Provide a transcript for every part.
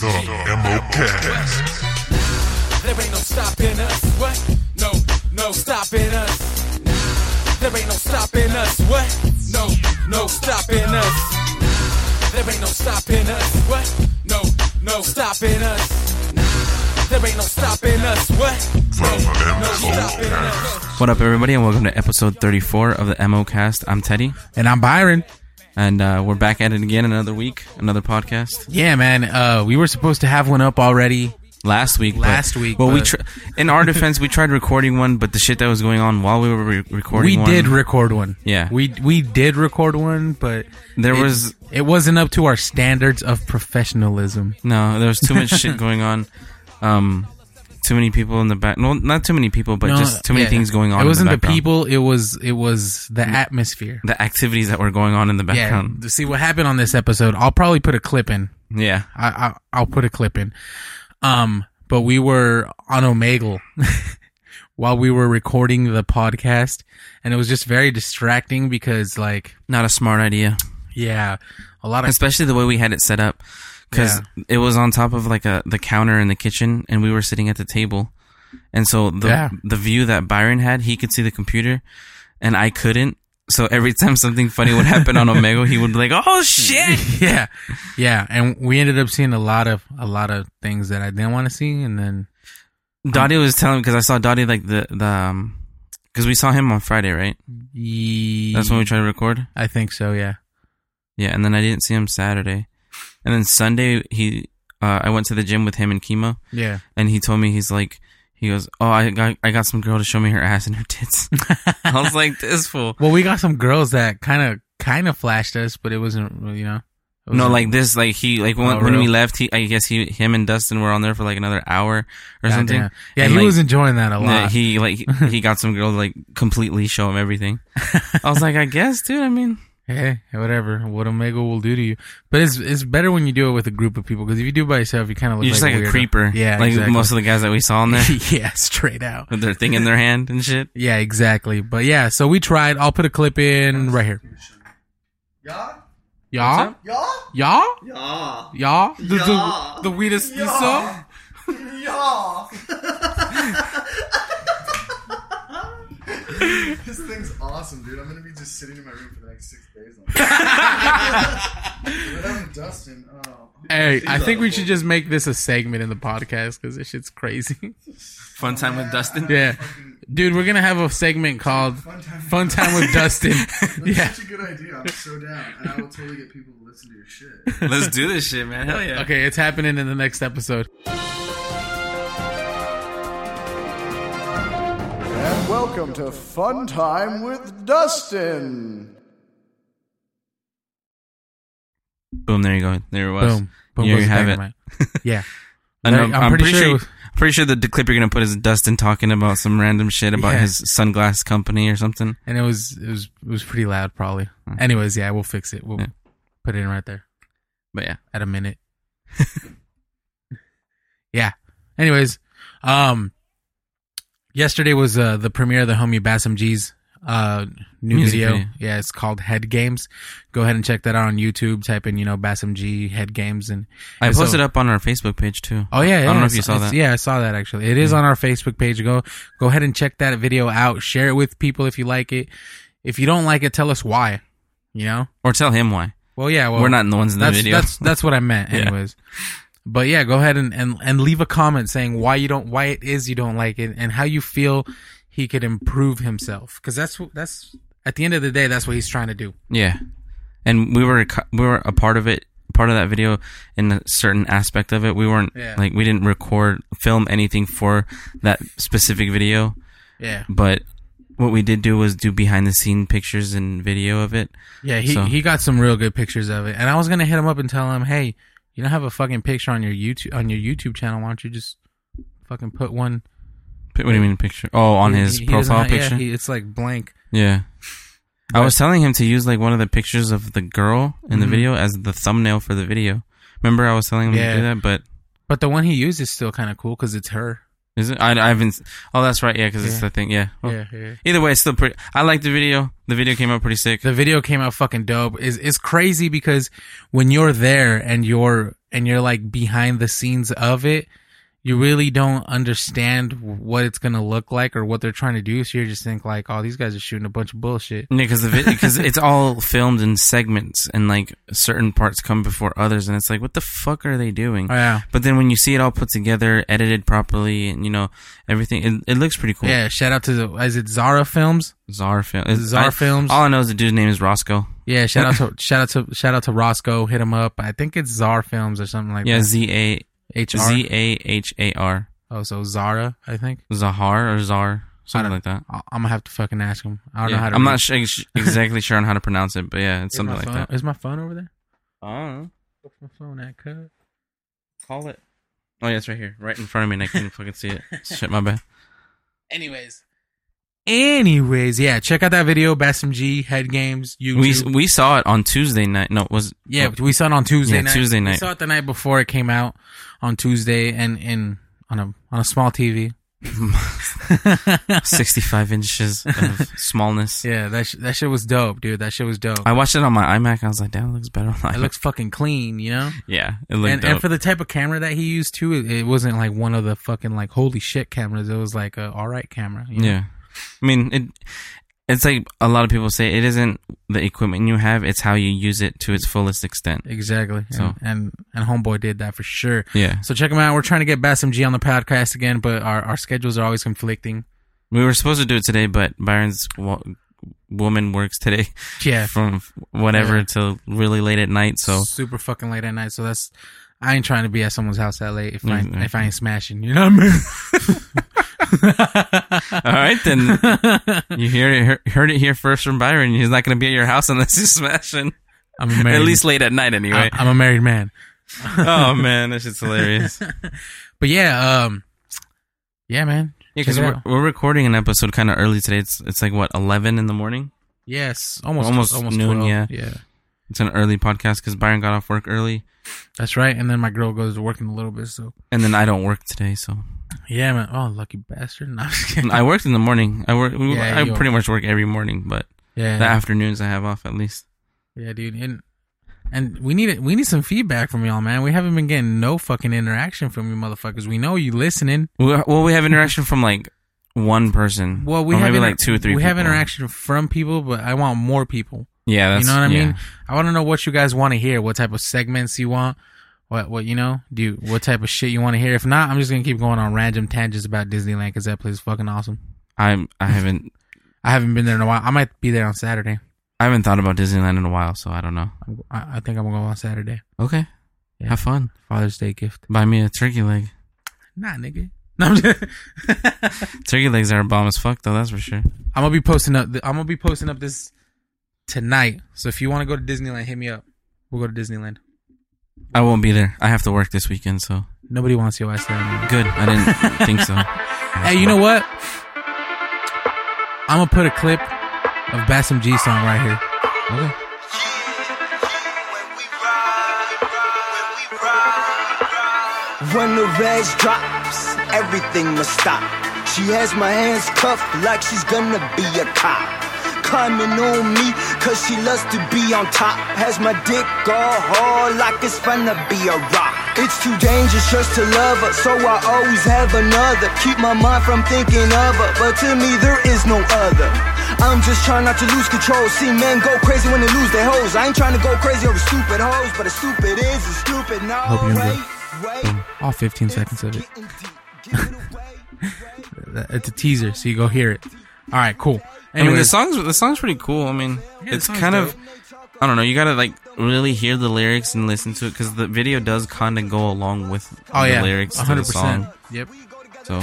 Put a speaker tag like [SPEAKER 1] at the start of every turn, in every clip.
[SPEAKER 1] The MOCast.
[SPEAKER 2] There ain't no stopping us. What? No, no stopping us. There ain't no stopping us. What? No, no stopping us. There ain't no stopping us. What? No, no stopping us. There ain't no stopping us. What? No, no stopping us.
[SPEAKER 3] What up, everybody, and welcome to episode 34 of the MO Cast. I'm Teddy,
[SPEAKER 4] And I'm Byron.
[SPEAKER 3] and uh, we're back at it again another week, another podcast.
[SPEAKER 4] Yeah, man. Uh, we were supposed to have one up already.
[SPEAKER 3] Last week, but-
[SPEAKER 4] Last week,
[SPEAKER 3] Well, we
[SPEAKER 4] but-
[SPEAKER 3] tr- in our defense, we tried recording one, but the shit that was going on while we were re- recording,
[SPEAKER 4] we
[SPEAKER 3] one,
[SPEAKER 4] did record one.
[SPEAKER 3] Yeah.
[SPEAKER 4] we we did record one, but
[SPEAKER 3] There
[SPEAKER 4] it-
[SPEAKER 3] was-
[SPEAKER 4] it wasn't up to our standards of professionalism.
[SPEAKER 3] no, there was too much shit going on. Um, too many people in the back. No, not too many people, but
[SPEAKER 4] No,
[SPEAKER 3] just too many
[SPEAKER 4] yeah.
[SPEAKER 3] things going on.
[SPEAKER 4] It
[SPEAKER 3] in
[SPEAKER 4] wasn't the,
[SPEAKER 3] background.
[SPEAKER 4] people. It was it was the atmosphere.
[SPEAKER 3] the activities that were going on in the
[SPEAKER 4] Yeah.
[SPEAKER 3] background.
[SPEAKER 4] See what happened on this episode. I'll probably put a clip in.
[SPEAKER 3] Yeah,
[SPEAKER 4] I, I I'll put a clip in. Um, but we were on Omegle while we were recording the podcast, and it was just very distracting because like
[SPEAKER 3] not a smart idea.
[SPEAKER 4] yeah, a lot of
[SPEAKER 3] especially the way we had it set up because it was on top of like a the counter in the kitchen and we were sitting at the table and so the
[SPEAKER 4] Yeah.
[SPEAKER 3] the view that Byron had he could see the computer and I couldn't so every time something funny would happen on Omega he would be like oh shit
[SPEAKER 4] yeah, yeah, and we ended up seeing a lot of a lot of things that I didn't want to see, and then
[SPEAKER 3] Dottie was telling because I saw Dottie like the the um because we saw him on Friday right
[SPEAKER 4] ye-
[SPEAKER 3] that's when we tried to record
[SPEAKER 4] I think so, yeah,
[SPEAKER 3] yeah and then I didn't see him Saturday and then Sunday he uh, I went to the gym with him and Chemo
[SPEAKER 4] yeah.
[SPEAKER 3] and he told me he's like he goes oh I got I got some girl to show me her ass and her tits I was like this fool
[SPEAKER 4] Well, we got some girls that kind of kind of flashed us, but it wasn't you know. it
[SPEAKER 3] no
[SPEAKER 4] wasn't-
[SPEAKER 3] like this like he like when,
[SPEAKER 4] Oh,
[SPEAKER 3] when we
[SPEAKER 4] really?
[SPEAKER 3] left he I guess he him and Dustin were on there for like another hour or something
[SPEAKER 4] Goddamn. Yeah,
[SPEAKER 3] And,
[SPEAKER 4] he
[SPEAKER 3] like,
[SPEAKER 4] was enjoying that a lot.
[SPEAKER 3] yeah, he like he, he got some girl to, like completely show him everything I was like I guess dude I mean
[SPEAKER 4] Hey, whatever. What Omega will do to you, but it's it's better when you do it with a group of people because if you do it by yourself, you kind of look
[SPEAKER 3] you're just like,
[SPEAKER 4] weirdo.
[SPEAKER 3] a creeper
[SPEAKER 4] Yeah,
[SPEAKER 3] like
[SPEAKER 4] exactly.
[SPEAKER 3] most of the guys that we saw on there
[SPEAKER 4] yeah, straight out.
[SPEAKER 3] with their thing in their hand and shit
[SPEAKER 4] Yeah, exactly. But yeah, so we tried. I'll put a clip in right here. Y'all,
[SPEAKER 3] What's
[SPEAKER 5] Ja,
[SPEAKER 4] y'all,
[SPEAKER 5] ja,
[SPEAKER 4] y'all, the
[SPEAKER 5] Yeah.
[SPEAKER 4] the, the weirdest
[SPEAKER 5] Yeah.
[SPEAKER 4] song.
[SPEAKER 5] ja. this thing's awesome, dude. I'm gonna be just sitting in my room for the next six days. on this. But I'm Dustin. Oh.
[SPEAKER 4] Hey, I think we should just make this a segment in the podcast because this shit's crazy.
[SPEAKER 3] fun time with Dustin
[SPEAKER 4] yeah, dude, we're gonna have a segment called
[SPEAKER 5] Fun time.
[SPEAKER 4] "Fun Time with Dustin."
[SPEAKER 5] That's
[SPEAKER 4] Yeah.
[SPEAKER 5] such a good idea. I'm so down, and I will totally get people to listen to your shit.
[SPEAKER 3] let's do this shit man hell yeah
[SPEAKER 4] Okay, it's happening in the next episode.
[SPEAKER 6] And welcome to Fun Time with Dustin.
[SPEAKER 3] boom there you go there it was
[SPEAKER 4] Boom. Boom
[SPEAKER 3] you
[SPEAKER 4] goes the
[SPEAKER 3] have it.
[SPEAKER 4] dynamite. yeah.
[SPEAKER 3] I know, I'm,
[SPEAKER 4] Like, I'm
[SPEAKER 3] pretty,
[SPEAKER 4] pretty
[SPEAKER 3] sure.
[SPEAKER 4] sure-
[SPEAKER 3] I'm pretty sure the, the clip you're gonna put is Dustin talking about some random shit about
[SPEAKER 4] Yeah.
[SPEAKER 3] his sunglass company or something.
[SPEAKER 4] And it was it was it was pretty loud probably. Anyways, yeah, we'll fix it. We'll
[SPEAKER 3] Mm. Yeah.
[SPEAKER 4] put it in right there
[SPEAKER 3] But yeah,
[SPEAKER 4] at a minute. yeah. Anyways, um yesterday was uh the premiere of the homie Bassam G's uh new
[SPEAKER 3] Music
[SPEAKER 4] video.
[SPEAKER 3] video.
[SPEAKER 4] Yeah, it's called Head Games. Go ahead and check that out on YouTube. Type in, you know, Bassam G Head Games and
[SPEAKER 3] I
[SPEAKER 4] and so-
[SPEAKER 3] posted up on our Facebook page too.
[SPEAKER 4] Oh yeah, yeah
[SPEAKER 3] I don't know
[SPEAKER 4] I
[SPEAKER 3] if you saw
[SPEAKER 4] it's-
[SPEAKER 3] that. Mm.
[SPEAKER 4] Yeah, I saw that actually. It is on our Facebook page. Go go ahead and check that video out. Share it with people if you like it. If you don't like it, tell us why. You know?
[SPEAKER 3] Or tell him why
[SPEAKER 4] Well, yeah. Well,
[SPEAKER 3] we're not in the ones in the
[SPEAKER 4] that's,
[SPEAKER 3] video.
[SPEAKER 4] That's that's what I meant,
[SPEAKER 3] Yeah.
[SPEAKER 4] anyways. But yeah, go ahead and, and and leave a comment saying why you don't why it is you don't like it and how you feel he could improve himself because that's wh- that's at the end of the day that's what he's trying to do.
[SPEAKER 3] yeah, and we were co- we were a part of it, part of that video in a certain aspect of it. We weren't
[SPEAKER 4] Yeah.
[SPEAKER 3] like we didn't record, film anything for that specific video.
[SPEAKER 4] Yeah,
[SPEAKER 3] But what we did do was do behind the scene pictures and video of it.
[SPEAKER 4] yeah. He
[SPEAKER 3] So-
[SPEAKER 4] he got some real good pictures of it, and I was gonna hit him up and tell him, hey, you don't have a fucking picture on your YouTube on your YouTube channel. Why don't you just fucking put one
[SPEAKER 3] P- What do you mean picture? Oh, on
[SPEAKER 4] He-
[SPEAKER 3] his
[SPEAKER 4] he doesn't
[SPEAKER 3] profile
[SPEAKER 4] have- yeah,
[SPEAKER 3] picture.
[SPEAKER 4] he- it's like blank.
[SPEAKER 3] Yeah. I was telling him to use like one of the pictures of the girl in the
[SPEAKER 4] Mhm.
[SPEAKER 3] video as the thumbnail for the video. Remember, I was telling him to
[SPEAKER 4] Yeah.
[SPEAKER 3] do that, but
[SPEAKER 4] But the one he used is still kind of cool because it's her.
[SPEAKER 3] is it? I, I haven't. s- Oh, that's right. Yeah, because it's
[SPEAKER 4] Yeah.
[SPEAKER 3] the thing. Yeah. Well,
[SPEAKER 4] Yeah, yeah.
[SPEAKER 3] Either way, it's still pretty. I like the video. The video came out pretty sick.
[SPEAKER 4] The video came out fucking dope. Is it's crazy because when you're there and you're and you're like behind the scenes of it, you really don't understand what it's gonna look like or what they're trying to do. So you just think like, oh, these guys are shooting a bunch of bullshit.
[SPEAKER 3] Yeah, because the because it's all filmed in segments, and like certain parts come before others, and it's like, what the fuck are they doing?
[SPEAKER 4] Oh, yeah.
[SPEAKER 3] But then when you see it all put together, edited properly, and you know everything, it, it looks pretty cool.
[SPEAKER 4] Yeah, shout out to the is it Zara Films?
[SPEAKER 3] Czar film. it's-
[SPEAKER 4] Czar
[SPEAKER 3] I-
[SPEAKER 4] Films.
[SPEAKER 3] All I know is the dude's name is Roscoe.
[SPEAKER 4] Yeah, shout out to shout out to shout out to Roscoe. Hit him up. I think it's Zara Films or something like
[SPEAKER 3] Yeah,
[SPEAKER 4] that.
[SPEAKER 3] Z A
[SPEAKER 4] H R.
[SPEAKER 3] Z A H A R.
[SPEAKER 4] Oh, so Zara, I think.
[SPEAKER 3] Zahar or Czar,
[SPEAKER 4] I
[SPEAKER 3] something
[SPEAKER 4] don't-
[SPEAKER 3] like that.
[SPEAKER 4] I- I'm gonna have to fucking ask him. I don't
[SPEAKER 3] Yeah,
[SPEAKER 4] know how to.
[SPEAKER 3] I'm
[SPEAKER 4] read-
[SPEAKER 3] not sure, exactly sure on how to pronounce it, but yeah, it's
[SPEAKER 4] Is
[SPEAKER 3] something
[SPEAKER 4] my
[SPEAKER 3] like
[SPEAKER 4] phone-
[SPEAKER 3] that.
[SPEAKER 4] Is my phone over there?
[SPEAKER 3] I don't know.
[SPEAKER 4] What's my phone at? Cut.
[SPEAKER 3] Call it. Oh yeah, it's right here, right in front of me, and I couldn't fucking see it. Shit, my bad.
[SPEAKER 4] Anyways. Anyways, yeah, check out that video. Bassam G, Head Games,
[SPEAKER 3] We
[SPEAKER 4] YouTube.
[SPEAKER 3] we saw it on Tuesday night. No, was
[SPEAKER 4] yeah, we saw it on Tuesday
[SPEAKER 3] Yeah,
[SPEAKER 4] night.
[SPEAKER 3] Tuesday
[SPEAKER 4] We
[SPEAKER 3] night.
[SPEAKER 4] saw it the night before it came out on Tuesday and in on a on a small TV.
[SPEAKER 3] 65 inches of smallness.
[SPEAKER 4] yeah, that sh- that shit was dope, dude. That shit was dope.
[SPEAKER 3] I watched it on my iMac. I was like, damn, it looks better on
[SPEAKER 4] it
[SPEAKER 3] iMac.
[SPEAKER 4] looks fucking clean, you know.
[SPEAKER 3] yeah, it looked
[SPEAKER 4] And,
[SPEAKER 3] dope.
[SPEAKER 4] and for the type of camera that he used too, it, it wasn't like one of the fucking like holy shit cameras. It was like a all right camera. you know?
[SPEAKER 3] yeah. I mean, it. it's like a lot of people say it isn't the equipment you have, it's how you use it to its fullest extent.
[SPEAKER 4] Exactly.
[SPEAKER 3] So-
[SPEAKER 4] And, and and homeboy did that for sure.
[SPEAKER 3] Yeah.
[SPEAKER 4] So check him out. We're trying to get Bassam G on the podcast again, but our, our schedules are always conflicting.
[SPEAKER 3] We were supposed to do it today, but Byron's wa- woman works today
[SPEAKER 4] Yeah.
[SPEAKER 3] from whatever
[SPEAKER 4] Yeah.
[SPEAKER 3] till really late at night. So
[SPEAKER 4] super fucking late at night. So that's I ain't trying to be at someone's house that late if I ain't-
[SPEAKER 3] Mhm.
[SPEAKER 4] if I ain't smashing. You know what I mean?
[SPEAKER 3] All right, then you hear it, hear- heard it here first from Byron. He's not going to be at your house unless he's smashing.
[SPEAKER 4] I'm a married,
[SPEAKER 3] At least late at night, anyway.
[SPEAKER 4] I, am a married man.
[SPEAKER 3] oh man, that shit's hilarious. Yeah,
[SPEAKER 4] But yeah, um, yeah, man.
[SPEAKER 3] because
[SPEAKER 4] Check it
[SPEAKER 3] we're,
[SPEAKER 4] out.
[SPEAKER 3] we're recording an episode kind of early today. It's it's like what eleven in the morning.
[SPEAKER 4] Yes, almost
[SPEAKER 3] Almost noon,
[SPEAKER 4] 12.
[SPEAKER 3] yeah.
[SPEAKER 4] yeah.
[SPEAKER 3] It's an early podcast because Byron got off work early,
[SPEAKER 4] That's right. And then my girl goes to work in a little bit. So
[SPEAKER 3] and then I don't work today. So
[SPEAKER 4] yeah, man. Oh, lucky bastard. No, I'm just kidding.
[SPEAKER 3] And I worked in the morning. I work. we-
[SPEAKER 4] Yeah,
[SPEAKER 3] I
[SPEAKER 4] you-
[SPEAKER 3] pretty much work every morning, but
[SPEAKER 4] yeah,
[SPEAKER 3] the afternoons I have off at least.
[SPEAKER 4] yeah, dude. And and we need it. We need some feedback from y'all, man. We haven't been getting no fucking interaction from you, motherfuckers. We know you listening.
[SPEAKER 3] We, well, we have interaction from like one person.
[SPEAKER 4] Well, we
[SPEAKER 3] or
[SPEAKER 4] have
[SPEAKER 3] maybe
[SPEAKER 4] inter-
[SPEAKER 3] like two or three.
[SPEAKER 4] We have
[SPEAKER 3] people.
[SPEAKER 4] interaction from people, but I want more people.
[SPEAKER 3] Yeah, that's,
[SPEAKER 4] you know what I
[SPEAKER 3] yeah.
[SPEAKER 4] mean? I want to know what you guys want to hear. What type of segments you want? What what you know? Do you, what type of shit you want to hear? If not, I'm just gonna keep going on random tangents about Disneyland because that place is fucking awesome.
[SPEAKER 3] I'm. I haven't.
[SPEAKER 4] I haven't been there in a while. I might be there on Saturday.
[SPEAKER 3] I haven't thought about Disneyland in a while, so I don't know.
[SPEAKER 4] I'm- I, I think I'm gonna go on Saturday.
[SPEAKER 3] Okay.
[SPEAKER 4] Yeah.
[SPEAKER 3] Have fun.
[SPEAKER 4] Father's Day gift.
[SPEAKER 3] Buy me a turkey leg.
[SPEAKER 4] Nah, nigga. No, I'm, just, I'm
[SPEAKER 3] Turkey legs are a bomb as fuck, though. That's for sure.
[SPEAKER 4] gonna be posting up. I'm gonna be posting up this tonight. So if you want to go to Disneyland, hit me up. We'll go to Disneyland.
[SPEAKER 3] I won't be there. I have to work this weekend, so
[SPEAKER 4] Nobody wants your ass there. Anymore.
[SPEAKER 3] good. I didn't think so.
[SPEAKER 4] Hey, you know what? I'm gonna put a clip of Bassam G song right here.
[SPEAKER 3] Okay.
[SPEAKER 7] When the rags drops, everything must stop. She has my hands cuffed like she's gonna be a cop. Climbing on me, cause she loves to be on top. Has my dick all hard like it's finna be a rock. It's too dangerous just to love her, so I always have another. Keep my mind from thinking of her, but to me there is no other. I'm just trying not to lose control. See men go crazy when they lose their hoes. I ain't trying to go crazy over stupid hoes, but a stupid is a stupid no.
[SPEAKER 4] Hope you enjoy.
[SPEAKER 7] way, way.
[SPEAKER 4] All 15 seconds of it.
[SPEAKER 7] it.
[SPEAKER 4] It's a teaser, so you go hear it. All right, cool.
[SPEAKER 3] I mean, the
[SPEAKER 4] Anyways,
[SPEAKER 3] song's the song's pretty cool. I mean,
[SPEAKER 4] the
[SPEAKER 3] it's
[SPEAKER 4] song's
[SPEAKER 3] kind of I don't know. You gotta like really hear the lyrics and listen to it because the video does kind of go along with
[SPEAKER 4] oh
[SPEAKER 3] the
[SPEAKER 4] yeah,
[SPEAKER 3] lyrics to the
[SPEAKER 4] 100%.
[SPEAKER 3] song.
[SPEAKER 4] Yep.
[SPEAKER 3] So,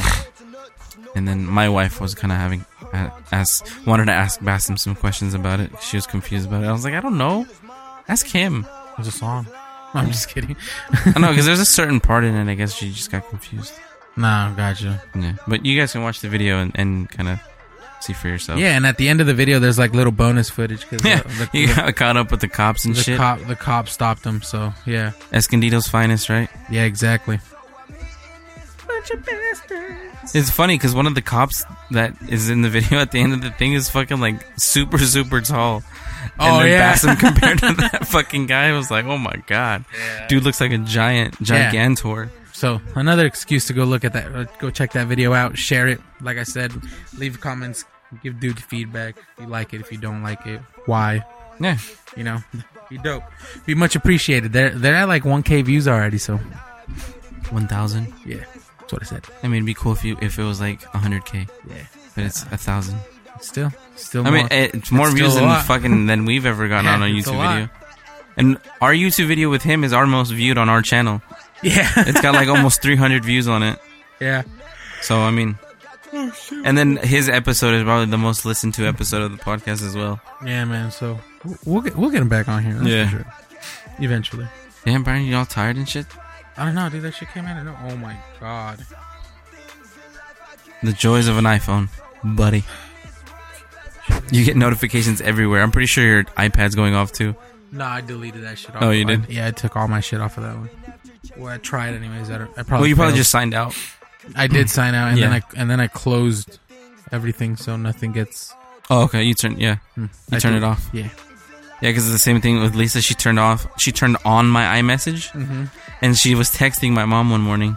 [SPEAKER 3] and then my wife was kind of having uh, asked wanted to ask Bassam some questions about it. She was confused about it. I was like, I don't know. Ask him.
[SPEAKER 4] It's a song. I'm just kidding.
[SPEAKER 3] I know because there's a certain part in it. I guess she just got confused.
[SPEAKER 4] nah, gotcha.
[SPEAKER 3] Yeah, but you guys can watch the video and, and kind of see for yourself.
[SPEAKER 4] Yeah, and at the end of the video, there's like little bonus footage because
[SPEAKER 3] yeah.
[SPEAKER 4] the,
[SPEAKER 3] you
[SPEAKER 4] the,
[SPEAKER 3] got caught up with the cops and
[SPEAKER 4] the
[SPEAKER 3] shit.
[SPEAKER 4] cop the cop stopped him. So yeah,
[SPEAKER 3] Escondido's finest, right?
[SPEAKER 4] yeah, exactly.
[SPEAKER 3] It's funny because one of the cops that is in the video at the end of the thing is fucking like super super tall, And
[SPEAKER 4] Oh,
[SPEAKER 3] then
[SPEAKER 4] yeah.
[SPEAKER 3] Bassem compared to that fucking guy was like, oh my god, dude looks like a giant
[SPEAKER 4] Yeah.
[SPEAKER 3] gigantor.
[SPEAKER 4] So another excuse to go look at that, uh, go check that video out, share it. Like I said, leave comments, give dude feedback. If you like it, if you don't like it, why?
[SPEAKER 3] Yeah,
[SPEAKER 4] You know, be dope, be much appreciated. They're they're at like 1k views already, so
[SPEAKER 3] one thousand.
[SPEAKER 4] yeah, that's what I said.
[SPEAKER 3] I mean, it'd be cool if you if it was like hundred k,
[SPEAKER 4] Yeah,
[SPEAKER 3] but it's a thousand.
[SPEAKER 4] still, still.
[SPEAKER 3] I mean, eh,
[SPEAKER 4] more.
[SPEAKER 3] it's more
[SPEAKER 4] It's still
[SPEAKER 3] views
[SPEAKER 4] a
[SPEAKER 3] than
[SPEAKER 4] lot.
[SPEAKER 3] fucking than we've ever gotten
[SPEAKER 4] Yeah,
[SPEAKER 3] on a
[SPEAKER 4] it's a
[SPEAKER 3] YouTube
[SPEAKER 4] lot.
[SPEAKER 3] video. And our YouTube video with him is our most viewed on our channel.
[SPEAKER 4] yeah,
[SPEAKER 3] It's got like almost 300 views on it.
[SPEAKER 4] yeah.
[SPEAKER 3] So I mean, and then his episode is probably the most listened to episode of the podcast as well.
[SPEAKER 4] Yeah, man. So w- we'll get we'll get him back on here. that's for
[SPEAKER 3] Yeah.
[SPEAKER 4] sure. eventually.
[SPEAKER 3] Damn, Brian, you all tired and shit.
[SPEAKER 4] I don't know, dude. That shit came out of no. Oh my god.
[SPEAKER 3] The joys of an iPhone, buddy. You get notifications everywhere. I'm pretty sure your iPad's going off too.
[SPEAKER 4] No, I deleted that shit off.
[SPEAKER 3] Oh, you
[SPEAKER 4] of-
[SPEAKER 3] did?
[SPEAKER 4] yeah, I took all my shit off of that one. Well, I tried anyways. I, don't, I probably.
[SPEAKER 3] Well, you probably
[SPEAKER 4] failed.
[SPEAKER 3] just signed out.
[SPEAKER 4] I did sign out, and
[SPEAKER 3] Yeah.
[SPEAKER 4] then I and then I closed everything, so nothing gets.
[SPEAKER 3] Oh, okay. You turn, yeah,
[SPEAKER 4] You
[SPEAKER 3] you turn it off.
[SPEAKER 4] Yeah.
[SPEAKER 3] Yeah, because it's the same thing with Lisa. She turned off. She turned on my iMessage, and she was texting my mom one morning.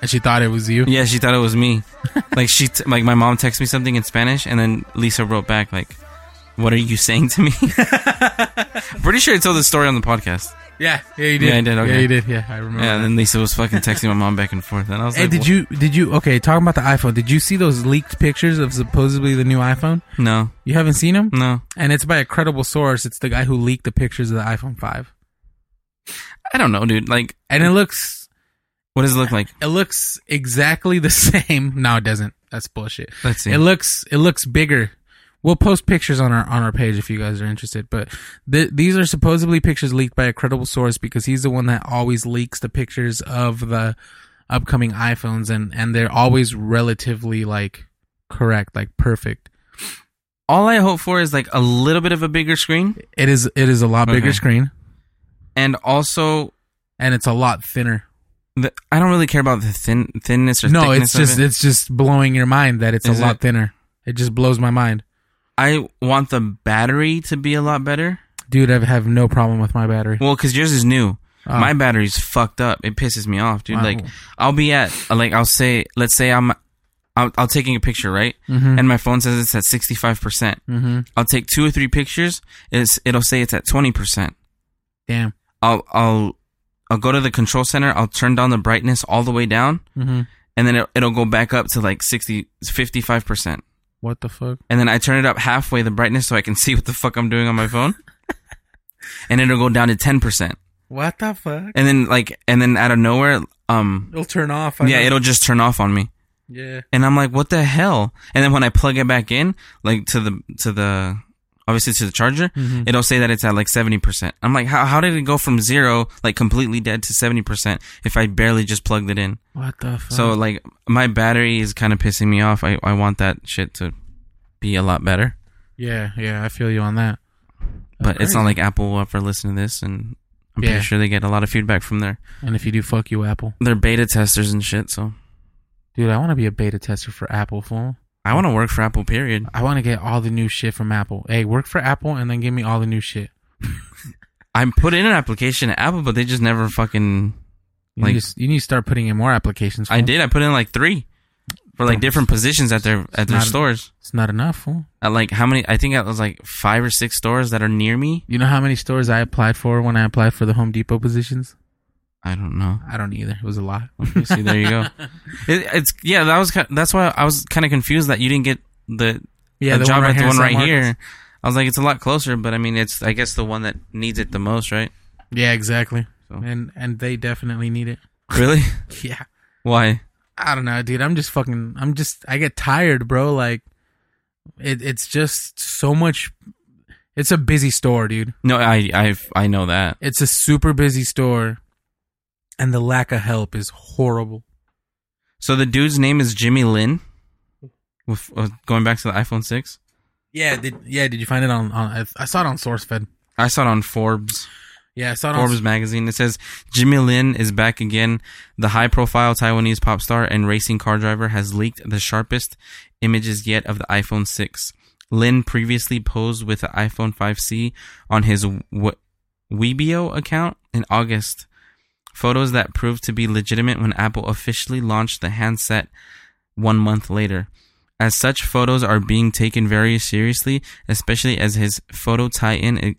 [SPEAKER 4] And she thought it was you.
[SPEAKER 3] Yeah, she thought it was me. like she, t- like my mom texted me something in Spanish, and then Lisa wrote back like, "What are you saying to me?" Pretty sure I told this story on the podcast.
[SPEAKER 4] Yeah. Yeah, you did.
[SPEAKER 3] Yeah, I did, okay.
[SPEAKER 4] Yeah, you did. Yeah, I remember.
[SPEAKER 3] Yeah, and
[SPEAKER 4] that.
[SPEAKER 3] then Lisa was fucking texting my mom back and forth, and I was
[SPEAKER 4] Hey,
[SPEAKER 3] like,
[SPEAKER 4] did you did you okay? Talking about the iPhone, did you see those leaked pictures of supposedly the new iPhone?
[SPEAKER 3] "What?" No,
[SPEAKER 4] You haven't seen them,
[SPEAKER 3] no,
[SPEAKER 4] and it's by a credible source. It's the guy who leaked the pictures of the iPhone five,
[SPEAKER 3] I don't know, dude. Like,
[SPEAKER 4] and it looks
[SPEAKER 3] what does it look like?
[SPEAKER 4] it looks exactly the same. No, it doesn't. That's bullshit.
[SPEAKER 3] Let's see.
[SPEAKER 4] It looks it looks bigger. We'll post pictures on our on our page if you guys are interested. But th- these are supposedly pictures leaked by a credible source because he's the one that always leaks the pictures of the upcoming iPhones, and and they're always relatively like correct, like perfect.
[SPEAKER 3] All I hope for is like a little bit of a bigger screen,
[SPEAKER 4] It is it is a lot bigger
[SPEAKER 3] Okay.
[SPEAKER 4] screen
[SPEAKER 3] and also.
[SPEAKER 4] and it's a lot thinner.
[SPEAKER 3] The, I don't really care about the thin thinness or
[SPEAKER 4] No,
[SPEAKER 3] thickness
[SPEAKER 4] it's just
[SPEAKER 3] of it.
[SPEAKER 4] it's just blowing your mind that it's
[SPEAKER 3] Is
[SPEAKER 4] a lot
[SPEAKER 3] it?
[SPEAKER 4] thinner. It just blows my mind,
[SPEAKER 3] I want the battery to be a lot better.
[SPEAKER 4] dude. I have no problem with my battery.
[SPEAKER 3] Well, because yours is new.
[SPEAKER 4] Oh.
[SPEAKER 3] My battery's fucked up. It pisses me off, dude.
[SPEAKER 4] Wow.
[SPEAKER 3] Like I'll be at like I'll say let's say I'm I'll, I'll taking a picture right,
[SPEAKER 4] Mm-hmm.
[SPEAKER 3] and my phone says it's at sixty five percent. I'll take two or three pictures. It's it'll say it's at twenty percent.
[SPEAKER 4] Damn.
[SPEAKER 3] I'll I'll I'll go to the control center. I'll turn down the brightness all the way down,
[SPEAKER 4] Mm-hmm.
[SPEAKER 3] and then it, it'll go back up to like 60 55 percent.
[SPEAKER 4] What the fuck?
[SPEAKER 3] And then I turn it up halfway the brightness so I can see what the fuck I'm doing on my phone, and it'll go down to ten percent.
[SPEAKER 4] What the fuck?
[SPEAKER 3] And then like and then out of nowhere, um,
[SPEAKER 4] It'll turn off.
[SPEAKER 3] yeah, it'll just turn off on me.
[SPEAKER 4] Yeah.
[SPEAKER 3] and I'm like, what the hell? And then when I plug it back in, like to the to the obviously to the charger, it'll say that it's at like seventy percent. I'm like, how how did it go from zero, like completely dead, to seventy percent if I barely just plugged it in?
[SPEAKER 4] What the fuck?
[SPEAKER 3] So like my battery is kind of pissing me off. I I want that shit to be a lot better,
[SPEAKER 4] yeah, yeah, I feel you on that.
[SPEAKER 3] but it's
[SPEAKER 4] crazy.
[SPEAKER 3] not like Apple will ever listen to this and. I'm
[SPEAKER 4] Yeah.
[SPEAKER 3] pretty sure they get a lot of feedback from their
[SPEAKER 4] And if you do, fuck you, Apple,
[SPEAKER 3] their beta testers and shit. So
[SPEAKER 4] dude. I want to be a beta tester for Apple, fool.
[SPEAKER 3] I want to work for Apple. Period.
[SPEAKER 4] I want to get all the new shit from Apple. Hey, work for Apple and then give me all the new shit.
[SPEAKER 3] I put in an application at Apple, but they just never fucking
[SPEAKER 4] You,
[SPEAKER 3] Like-
[SPEAKER 4] need, to, you need to start putting in more applications.
[SPEAKER 3] I
[SPEAKER 4] fool.
[SPEAKER 3] did. I put in like three for like different positions at their at their
[SPEAKER 4] Not-
[SPEAKER 3] stores.
[SPEAKER 4] It's not enough. Fool.
[SPEAKER 3] At like how many? I think it was like five or six stores that are near me.
[SPEAKER 4] You know how many stores I applied for when I applied for the Home Depot positions?
[SPEAKER 3] I don't know.
[SPEAKER 4] I don't either. It was a lot.
[SPEAKER 3] You see, there you go. It, it's yeah. That was ki- that's why I was kind of confused that you didn't get the
[SPEAKER 4] Yeah,
[SPEAKER 3] the, job at the
[SPEAKER 4] in
[SPEAKER 3] one
[SPEAKER 4] San
[SPEAKER 3] right
[SPEAKER 4] Marcos.
[SPEAKER 3] here. I was like, it's a lot closer, but I mean, it's I guess the one that needs it the most, right?
[SPEAKER 4] Yeah, exactly.
[SPEAKER 3] So-
[SPEAKER 4] And and they definitely need it.
[SPEAKER 3] Really?
[SPEAKER 4] Yeah.
[SPEAKER 3] Why?
[SPEAKER 4] I don't know, dude. I'm just fucking. I'm just. I get tired, bro. Like, it. It's just so much. It's a busy store, dude.
[SPEAKER 3] No, I I I know that.
[SPEAKER 4] It's a super busy store, and the lack of help is horrible.
[SPEAKER 3] So the dude's name is Jimmy Lin. With, uh, going back to the iPhone six,
[SPEAKER 4] Yeah. Did yeah? Did you find it on? on I, I saw it on SourceFed.
[SPEAKER 3] I saw it on Forbes.
[SPEAKER 4] Yeah, I saw it on.
[SPEAKER 3] Forbes magazine. It says Jimmy Lin is back again. The high-profile Taiwanese pop star and racing car driver has leaked the sharpest images yet of the iPhone 6. Lin previously posed with an iPhone 5C on his w- Weebio account in August. Photos that proved to be legitimate when Apple officially launched the handset one month later. As such, photos are being taken very seriously, especially as his photo tie in e-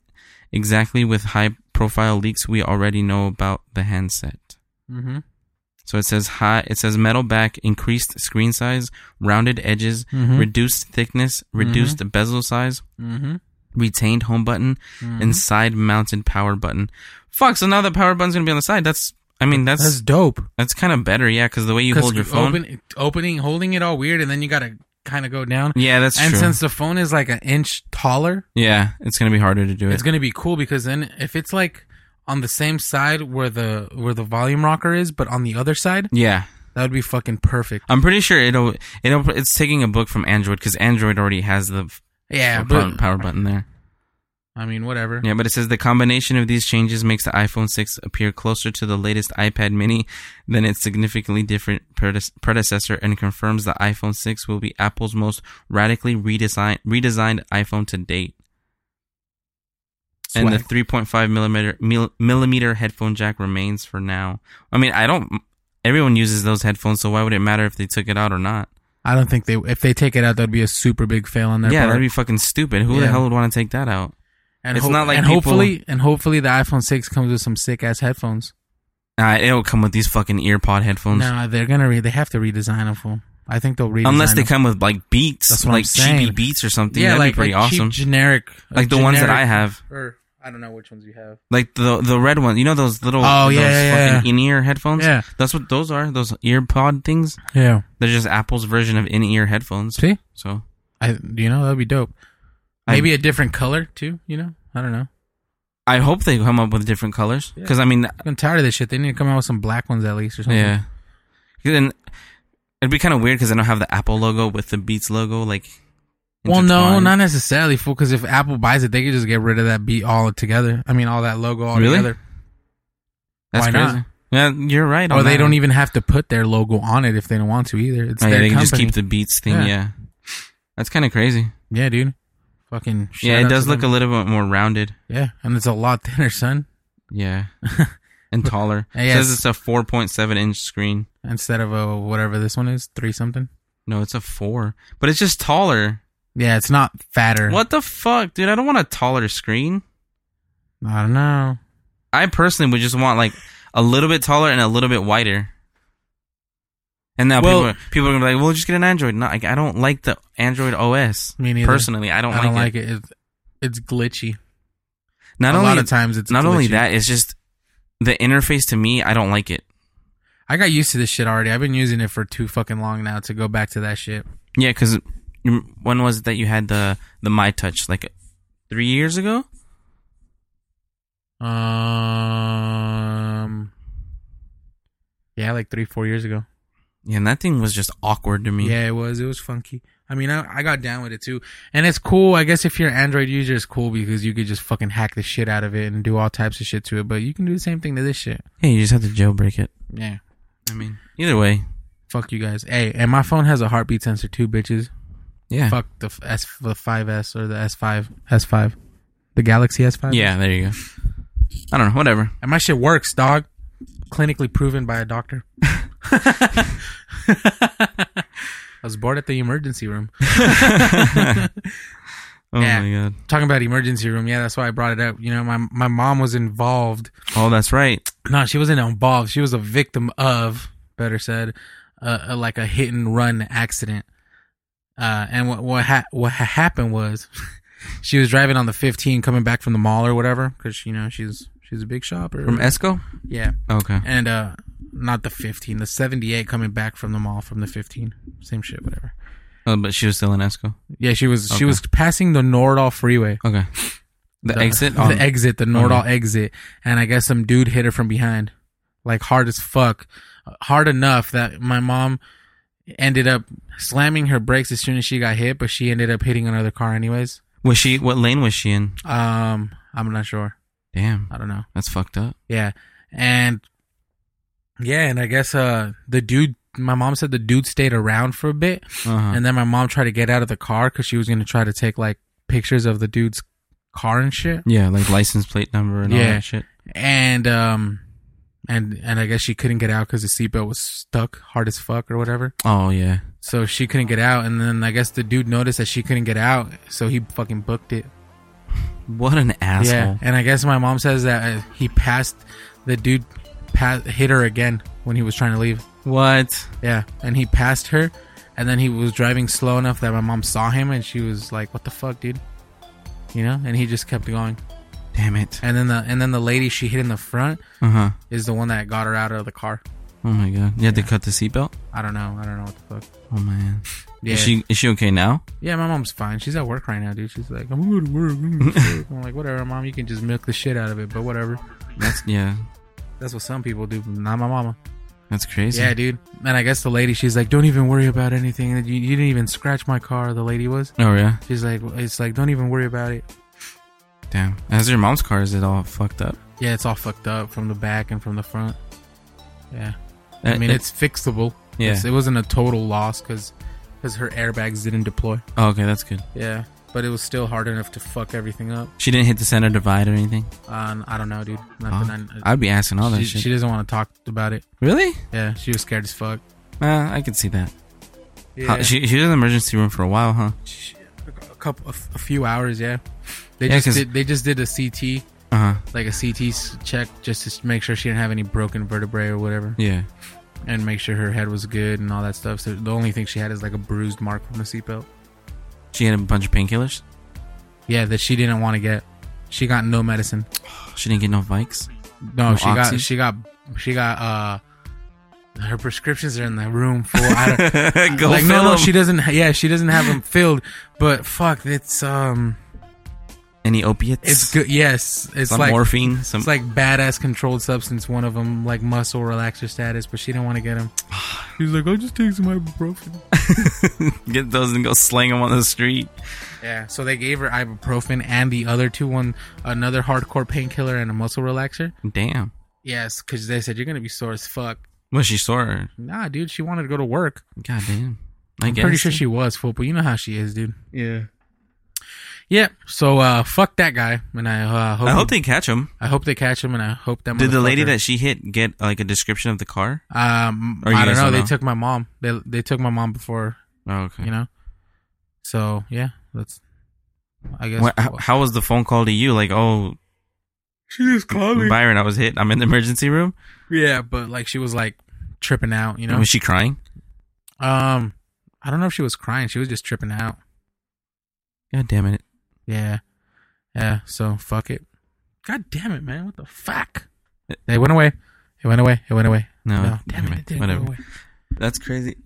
[SPEAKER 3] exactly with high profile leaks we already know about the handset.
[SPEAKER 4] Mm-hmm.
[SPEAKER 3] So it says high. It says metal back, increased screen size, rounded edges, reduced thickness, reduced bezel size,
[SPEAKER 4] Mm-hmm.
[SPEAKER 3] retained home button, and side mounted power button. Fuck. So now the power button's gonna be on the side. That's. I mean, that's
[SPEAKER 4] That's
[SPEAKER 3] that's,
[SPEAKER 4] dope.
[SPEAKER 3] kind of better. Yeah, because the way you hold your phone.
[SPEAKER 4] Open, opening, holding it all weird, and then you gotta kind of go down.
[SPEAKER 3] yeah, that's
[SPEAKER 4] and
[SPEAKER 3] true.
[SPEAKER 4] since the phone is like an inch taller,
[SPEAKER 3] yeah, it's gonna be harder to do it.
[SPEAKER 4] it's gonna be cool because then if it's like on the same side where the where the volume rocker is, but on the other side,
[SPEAKER 3] yeah.
[SPEAKER 4] that would be fucking perfect.
[SPEAKER 3] I'm pretty sure it'll it'll it's taking a book from Android because Android already has the f-
[SPEAKER 4] Yeah,
[SPEAKER 3] power,
[SPEAKER 4] but
[SPEAKER 3] power button there.
[SPEAKER 4] I mean, whatever.
[SPEAKER 3] Yeah, but it says the combination of these changes makes the iPhone 6 appear closer to the latest iPad mini than its significantly different prede- predecessor and confirms the iPhone 6 will be Apple's most radically redesigned redesigned iPhone to date. And the
[SPEAKER 4] Swag.
[SPEAKER 3] 3.5 millimeter mil, millimeter headphone jack remains for now. I mean, I don't everyone uses those headphones, so why would it matter if they took it out or not?
[SPEAKER 4] I don't think they if they take it out, that'd be a super big fail on their
[SPEAKER 3] yeah,
[SPEAKER 4] part.
[SPEAKER 3] that'd be fucking stupid. Who the
[SPEAKER 4] Yeah.
[SPEAKER 3] hell would want to take that out?
[SPEAKER 4] and
[SPEAKER 3] it's
[SPEAKER 4] ho-
[SPEAKER 3] not like
[SPEAKER 4] and
[SPEAKER 3] people-
[SPEAKER 4] hopefully and hopefully the iPhone six comes with some sick ass headphones.
[SPEAKER 3] Nah, it'll come with these fucking earpod headphones.
[SPEAKER 4] No, they're gonna re- they have to redesign them. Fool. I think they'll redesign
[SPEAKER 3] Unless they
[SPEAKER 4] them.
[SPEAKER 3] come with like beats,
[SPEAKER 4] That's what I'm
[SPEAKER 3] like
[SPEAKER 4] saying.
[SPEAKER 3] cheapy beats or something.
[SPEAKER 4] yeah,
[SPEAKER 3] That'd
[SPEAKER 4] like,
[SPEAKER 3] be pretty
[SPEAKER 4] like cheap
[SPEAKER 3] awesome.
[SPEAKER 4] generic
[SPEAKER 3] like the ones that I have,
[SPEAKER 4] or I don't know which ones you have.
[SPEAKER 3] like the the red ones. You know those little
[SPEAKER 4] Oh, yeah,
[SPEAKER 3] those
[SPEAKER 4] yeah,
[SPEAKER 3] fucking in ear headphones.
[SPEAKER 4] Yeah.
[SPEAKER 3] that's what those are. Those ear pod things.
[SPEAKER 4] Yeah,
[SPEAKER 3] They're just Apple's version of in ear headphones.
[SPEAKER 4] see,
[SPEAKER 3] So
[SPEAKER 4] I you know that'd be dope.
[SPEAKER 3] I-
[SPEAKER 4] Maybe a different color too. You know, I don't know.
[SPEAKER 3] I hope they come up with different colors because I mean,
[SPEAKER 4] I'm tired of this shit. They need to come out with some black ones at least or something.
[SPEAKER 3] yeah. Then it'd be kind of weird because I don't have the Apple logo with the Beats logo. Like,
[SPEAKER 4] Well, no,
[SPEAKER 3] intertwined.
[SPEAKER 4] not necessarily, fool. Because if Apple buys it, they could just get rid of that beat all together. I mean, all that logo all
[SPEAKER 3] Really?
[SPEAKER 4] together.
[SPEAKER 3] That's
[SPEAKER 4] why not?
[SPEAKER 3] crazy. Yeah, you're right.
[SPEAKER 4] Or
[SPEAKER 3] on
[SPEAKER 4] they
[SPEAKER 3] that
[SPEAKER 4] don't
[SPEAKER 3] one.
[SPEAKER 4] even have to put their logo on it if they don't want to either. It's
[SPEAKER 3] Oh, yeah,
[SPEAKER 4] their
[SPEAKER 3] they can
[SPEAKER 4] company.
[SPEAKER 3] just keep the Beats thing.
[SPEAKER 4] Yeah.
[SPEAKER 3] Yeah, that's kind of crazy.
[SPEAKER 4] yeah, dude. Fucking
[SPEAKER 3] yeah, it does look a little bit more rounded.
[SPEAKER 4] yeah, and it's a lot thinner, son.
[SPEAKER 3] Yeah. and taller.
[SPEAKER 4] Uh, yes.
[SPEAKER 3] It says it's a 4.7 inch screen.
[SPEAKER 4] Instead of a whatever this one is, three something.
[SPEAKER 3] No, it's a 4. But it's just taller.
[SPEAKER 4] Yeah, it's not fatter.
[SPEAKER 3] What the fuck, dude? I don't want a taller screen.
[SPEAKER 4] I don't know.
[SPEAKER 3] I personally would just want like a little bit taller and a little bit wider. And now
[SPEAKER 4] Well-
[SPEAKER 3] people, are, people are gonna be like, "Well, just get an Android." No, like, I don't like the Android OS.
[SPEAKER 4] Me neither.
[SPEAKER 3] Personally, I don't,
[SPEAKER 4] I don't like
[SPEAKER 3] it.
[SPEAKER 4] it. It's, it's glitchy.
[SPEAKER 3] Not
[SPEAKER 4] a
[SPEAKER 3] only
[SPEAKER 4] lot of times it's
[SPEAKER 3] not only
[SPEAKER 4] glitchy.
[SPEAKER 3] that, it's just the interface to me. I don't like it.
[SPEAKER 4] I got used to this shit already. I've been using it for too fucking long now to go back to that shit.
[SPEAKER 3] Yeah, because when was it that you had the the My Touch? Like three years ago?
[SPEAKER 4] Um, yeah, like three, four years ago.
[SPEAKER 3] Yeah, and that thing was just awkward to me.
[SPEAKER 4] Yeah, it was. It was funky. I mean, I, I got down with it too, and it's cool. I guess if you're an Android user, it's cool because you could just fucking hack the shit out of it and do all types of shit to it. But you can do the same thing to this shit.
[SPEAKER 3] Hey, you just have to jailbreak it.
[SPEAKER 4] Yeah.
[SPEAKER 3] I mean, either way.
[SPEAKER 4] Fuck you guys. Hey, and my phone has a heartbeat sensor too, bitches.
[SPEAKER 3] Yeah.
[SPEAKER 4] Fuck the f- S the 5S or the S5 S5, the Galaxy S5.
[SPEAKER 3] Yeah, there you go. I don't know, whatever.
[SPEAKER 4] And my shit works, dog. Clinically proven by a doctor. I was bored at the emergency room.
[SPEAKER 3] Oh
[SPEAKER 4] Yeah.
[SPEAKER 3] my god.
[SPEAKER 4] Talking about emergency room, yeah, that's why I brought it up. You know, my my mom was involved.
[SPEAKER 3] Oh, that's right.
[SPEAKER 4] No, she wasn't involved. She was a victim of, better said, uh, uh, like a hit and run accident. Uh, and what what ha- what ha- happened was, she was driving on the 15 coming back from the mall or whatever, because you know she's she's a big shopper.
[SPEAKER 3] From Esco?
[SPEAKER 4] yeah.
[SPEAKER 3] Okay.
[SPEAKER 4] and uh not the 15 the 78 coming back from the mall from the 15 same shit whatever
[SPEAKER 3] Oh, but she was still in Esco.
[SPEAKER 4] yeah she was she
[SPEAKER 3] Okay.
[SPEAKER 4] was passing the nordal freeway
[SPEAKER 3] Okay. The, exit
[SPEAKER 4] the
[SPEAKER 3] on Uh-huh.
[SPEAKER 4] exit the nordal exit and i guess some dude hit her from behind like hard as fuck hard enough that my mom ended up slamming her brakes as soon as she got hit but she ended up hitting another car anyways
[SPEAKER 3] Was she what lane was she in?
[SPEAKER 4] um i'm not sure
[SPEAKER 3] Damn.
[SPEAKER 4] i don't know
[SPEAKER 3] That's fucked up.
[SPEAKER 4] Yeah. And yeah, and I guess uh the dude my mom said the dude stayed around for a bit, and then my mom tried to get out of the car because she was gonna try to take like pictures of the dude's car and shit.
[SPEAKER 3] Yeah, like license plate number and all
[SPEAKER 4] Yeah.
[SPEAKER 3] that shit.
[SPEAKER 4] and um and and I guess she couldn't get out because the seatbelt was stuck hard as fuck or whatever.
[SPEAKER 3] Oh yeah.
[SPEAKER 4] So she couldn't get out, and then I guess the dude noticed that she couldn't get out, so he fucking booked it.
[SPEAKER 3] What an asshole.
[SPEAKER 4] Yeah, and I guess my mom says that uh, he passed the dude, pa- hit her again when he was trying to leave.
[SPEAKER 3] What?
[SPEAKER 4] Yeah, and he passed her, and then he was driving slow enough that my mom saw him, and she was like, "What the fuck, dude?" You know, and he just kept going.
[SPEAKER 3] Damn it.
[SPEAKER 4] And then the and then the lady she hit in the front
[SPEAKER 3] Uh huh.
[SPEAKER 4] is the one that got her out of the car.
[SPEAKER 3] Oh my god. You had to cut the seatbelt.
[SPEAKER 4] I don't know. I don't know what the fuck.
[SPEAKER 3] Oh man.
[SPEAKER 4] Yeah.
[SPEAKER 3] Is she is she okay now?
[SPEAKER 4] yeah, my mom's fine. She's at work right now, dude. She's like, I'm gonna go to work. I'm, gonna go to work. I'm like, whatever, mom. You can just milk the shit out of it, but whatever.
[SPEAKER 3] That's yeah.
[SPEAKER 4] That's what some people do. but Not my mama.
[SPEAKER 3] That's crazy.
[SPEAKER 4] Yeah, dude. And I guess the lady, she's like, don't even worry about anything. You, you didn't even scratch my car. The lady was.
[SPEAKER 3] Oh yeah.
[SPEAKER 4] She's like, it's like, don't even worry about it.
[SPEAKER 3] Damn. As your mom's car is it all fucked up?
[SPEAKER 4] Yeah, it's all fucked up from the back and from the front. Yeah. I mean,
[SPEAKER 3] Uh,
[SPEAKER 4] it's fixable.
[SPEAKER 3] Yeah.
[SPEAKER 4] It's- it wasn't a total loss because her airbags didn't deploy.
[SPEAKER 3] Oh, okay. That's good.
[SPEAKER 4] Yeah. But it was still hard enough to fuck everything up.
[SPEAKER 3] She didn't hit the center divide or anything.
[SPEAKER 4] Um, I don't know, dude. Not
[SPEAKER 3] Oh,
[SPEAKER 4] that I,
[SPEAKER 3] I'd be asking all that
[SPEAKER 4] Uh, she,
[SPEAKER 3] shit.
[SPEAKER 4] she doesn't want to talk about it.
[SPEAKER 3] really?
[SPEAKER 4] Yeah, she was scared as fuck.
[SPEAKER 3] Uh, I could see that.
[SPEAKER 4] Yeah,
[SPEAKER 3] Huh, she she was in the emergency room for a while, huh?
[SPEAKER 4] a couple, a, f- a few hours. Yeah, they
[SPEAKER 3] Yeah, 'cause-
[SPEAKER 4] just did, they just did a CT,
[SPEAKER 3] Uh huh.
[SPEAKER 4] like a CT s- check, just to s- make sure she didn't have any broken vertebrae or whatever,
[SPEAKER 3] Yeah.
[SPEAKER 4] and make sure her head was good and all that stuff. So the only thing she had is like a bruised mark from the seatbelt.
[SPEAKER 3] She had a bunch of painkillers.
[SPEAKER 4] Yeah, that she didn't want to get. She got no medicine.
[SPEAKER 3] She didn't get no Vikes.
[SPEAKER 4] No,
[SPEAKER 3] No
[SPEAKER 4] she
[SPEAKER 3] oxy?
[SPEAKER 4] got she got she got uh. Her prescriptions are in the room full. I don't,
[SPEAKER 3] Go
[SPEAKER 4] like no,
[SPEAKER 3] fill
[SPEAKER 4] no,
[SPEAKER 3] 'em.
[SPEAKER 4] she doesn't. ha- Yeah, she doesn't have them filled. But fuck, it's um,
[SPEAKER 3] Any opiates?
[SPEAKER 4] it's good. Yes, it's
[SPEAKER 3] Some
[SPEAKER 4] like
[SPEAKER 3] morphine. Some.
[SPEAKER 4] it's like badass controlled substance. One of them like muscle relaxer status, but she didn't want to get him. She's like, I'll just take some ibuprofen.
[SPEAKER 3] get those and go slang them on the street.
[SPEAKER 4] Yeah, so they gave her ibuprofen and the other two one another hardcore painkiller and a muscle relaxer.
[SPEAKER 3] Damn.
[SPEAKER 4] Yes, because they said you're gonna be sore as fuck.
[SPEAKER 3] Was she sore?
[SPEAKER 4] Nah, dude, she wanted to go to work.
[SPEAKER 3] God damn. I
[SPEAKER 4] I'm
[SPEAKER 3] guess.
[SPEAKER 4] pretty sure she was full, but you know how she is, dude. Yeah. Yeah. So uh, fuck that guy, and I uh, hope
[SPEAKER 3] I hope
[SPEAKER 4] he-
[SPEAKER 3] they catch him.
[SPEAKER 4] I hope they catch him, and I hope that
[SPEAKER 3] Did the lady
[SPEAKER 4] motherfucker-
[SPEAKER 3] that she hit get like a description of the car?
[SPEAKER 4] um
[SPEAKER 3] Or you
[SPEAKER 4] I don't
[SPEAKER 3] guys
[SPEAKER 4] know,
[SPEAKER 3] don't
[SPEAKER 4] they
[SPEAKER 3] know?
[SPEAKER 4] took my mom. They they took my mom before
[SPEAKER 3] Oh, okay.
[SPEAKER 4] you know. So yeah, that's. I guess
[SPEAKER 3] What, how, how was the phone call to you? Like, oh,
[SPEAKER 4] she just called
[SPEAKER 3] Byron, I was hit. I'm in the emergency room.
[SPEAKER 4] Yeah, but like she was like tripping out, you know.
[SPEAKER 3] Was she crying?
[SPEAKER 4] um, I don't know if she was crying. She was just tripping out.
[SPEAKER 3] God damn it.
[SPEAKER 4] Yeah, yeah. So fuck it. God damn it, man! What the fuck? They went away. It went away. It went away.
[SPEAKER 3] No,
[SPEAKER 4] damn
[SPEAKER 3] never
[SPEAKER 4] it!
[SPEAKER 3] mind.
[SPEAKER 4] It didn't
[SPEAKER 3] Whatever.
[SPEAKER 4] go away.
[SPEAKER 3] That's crazy.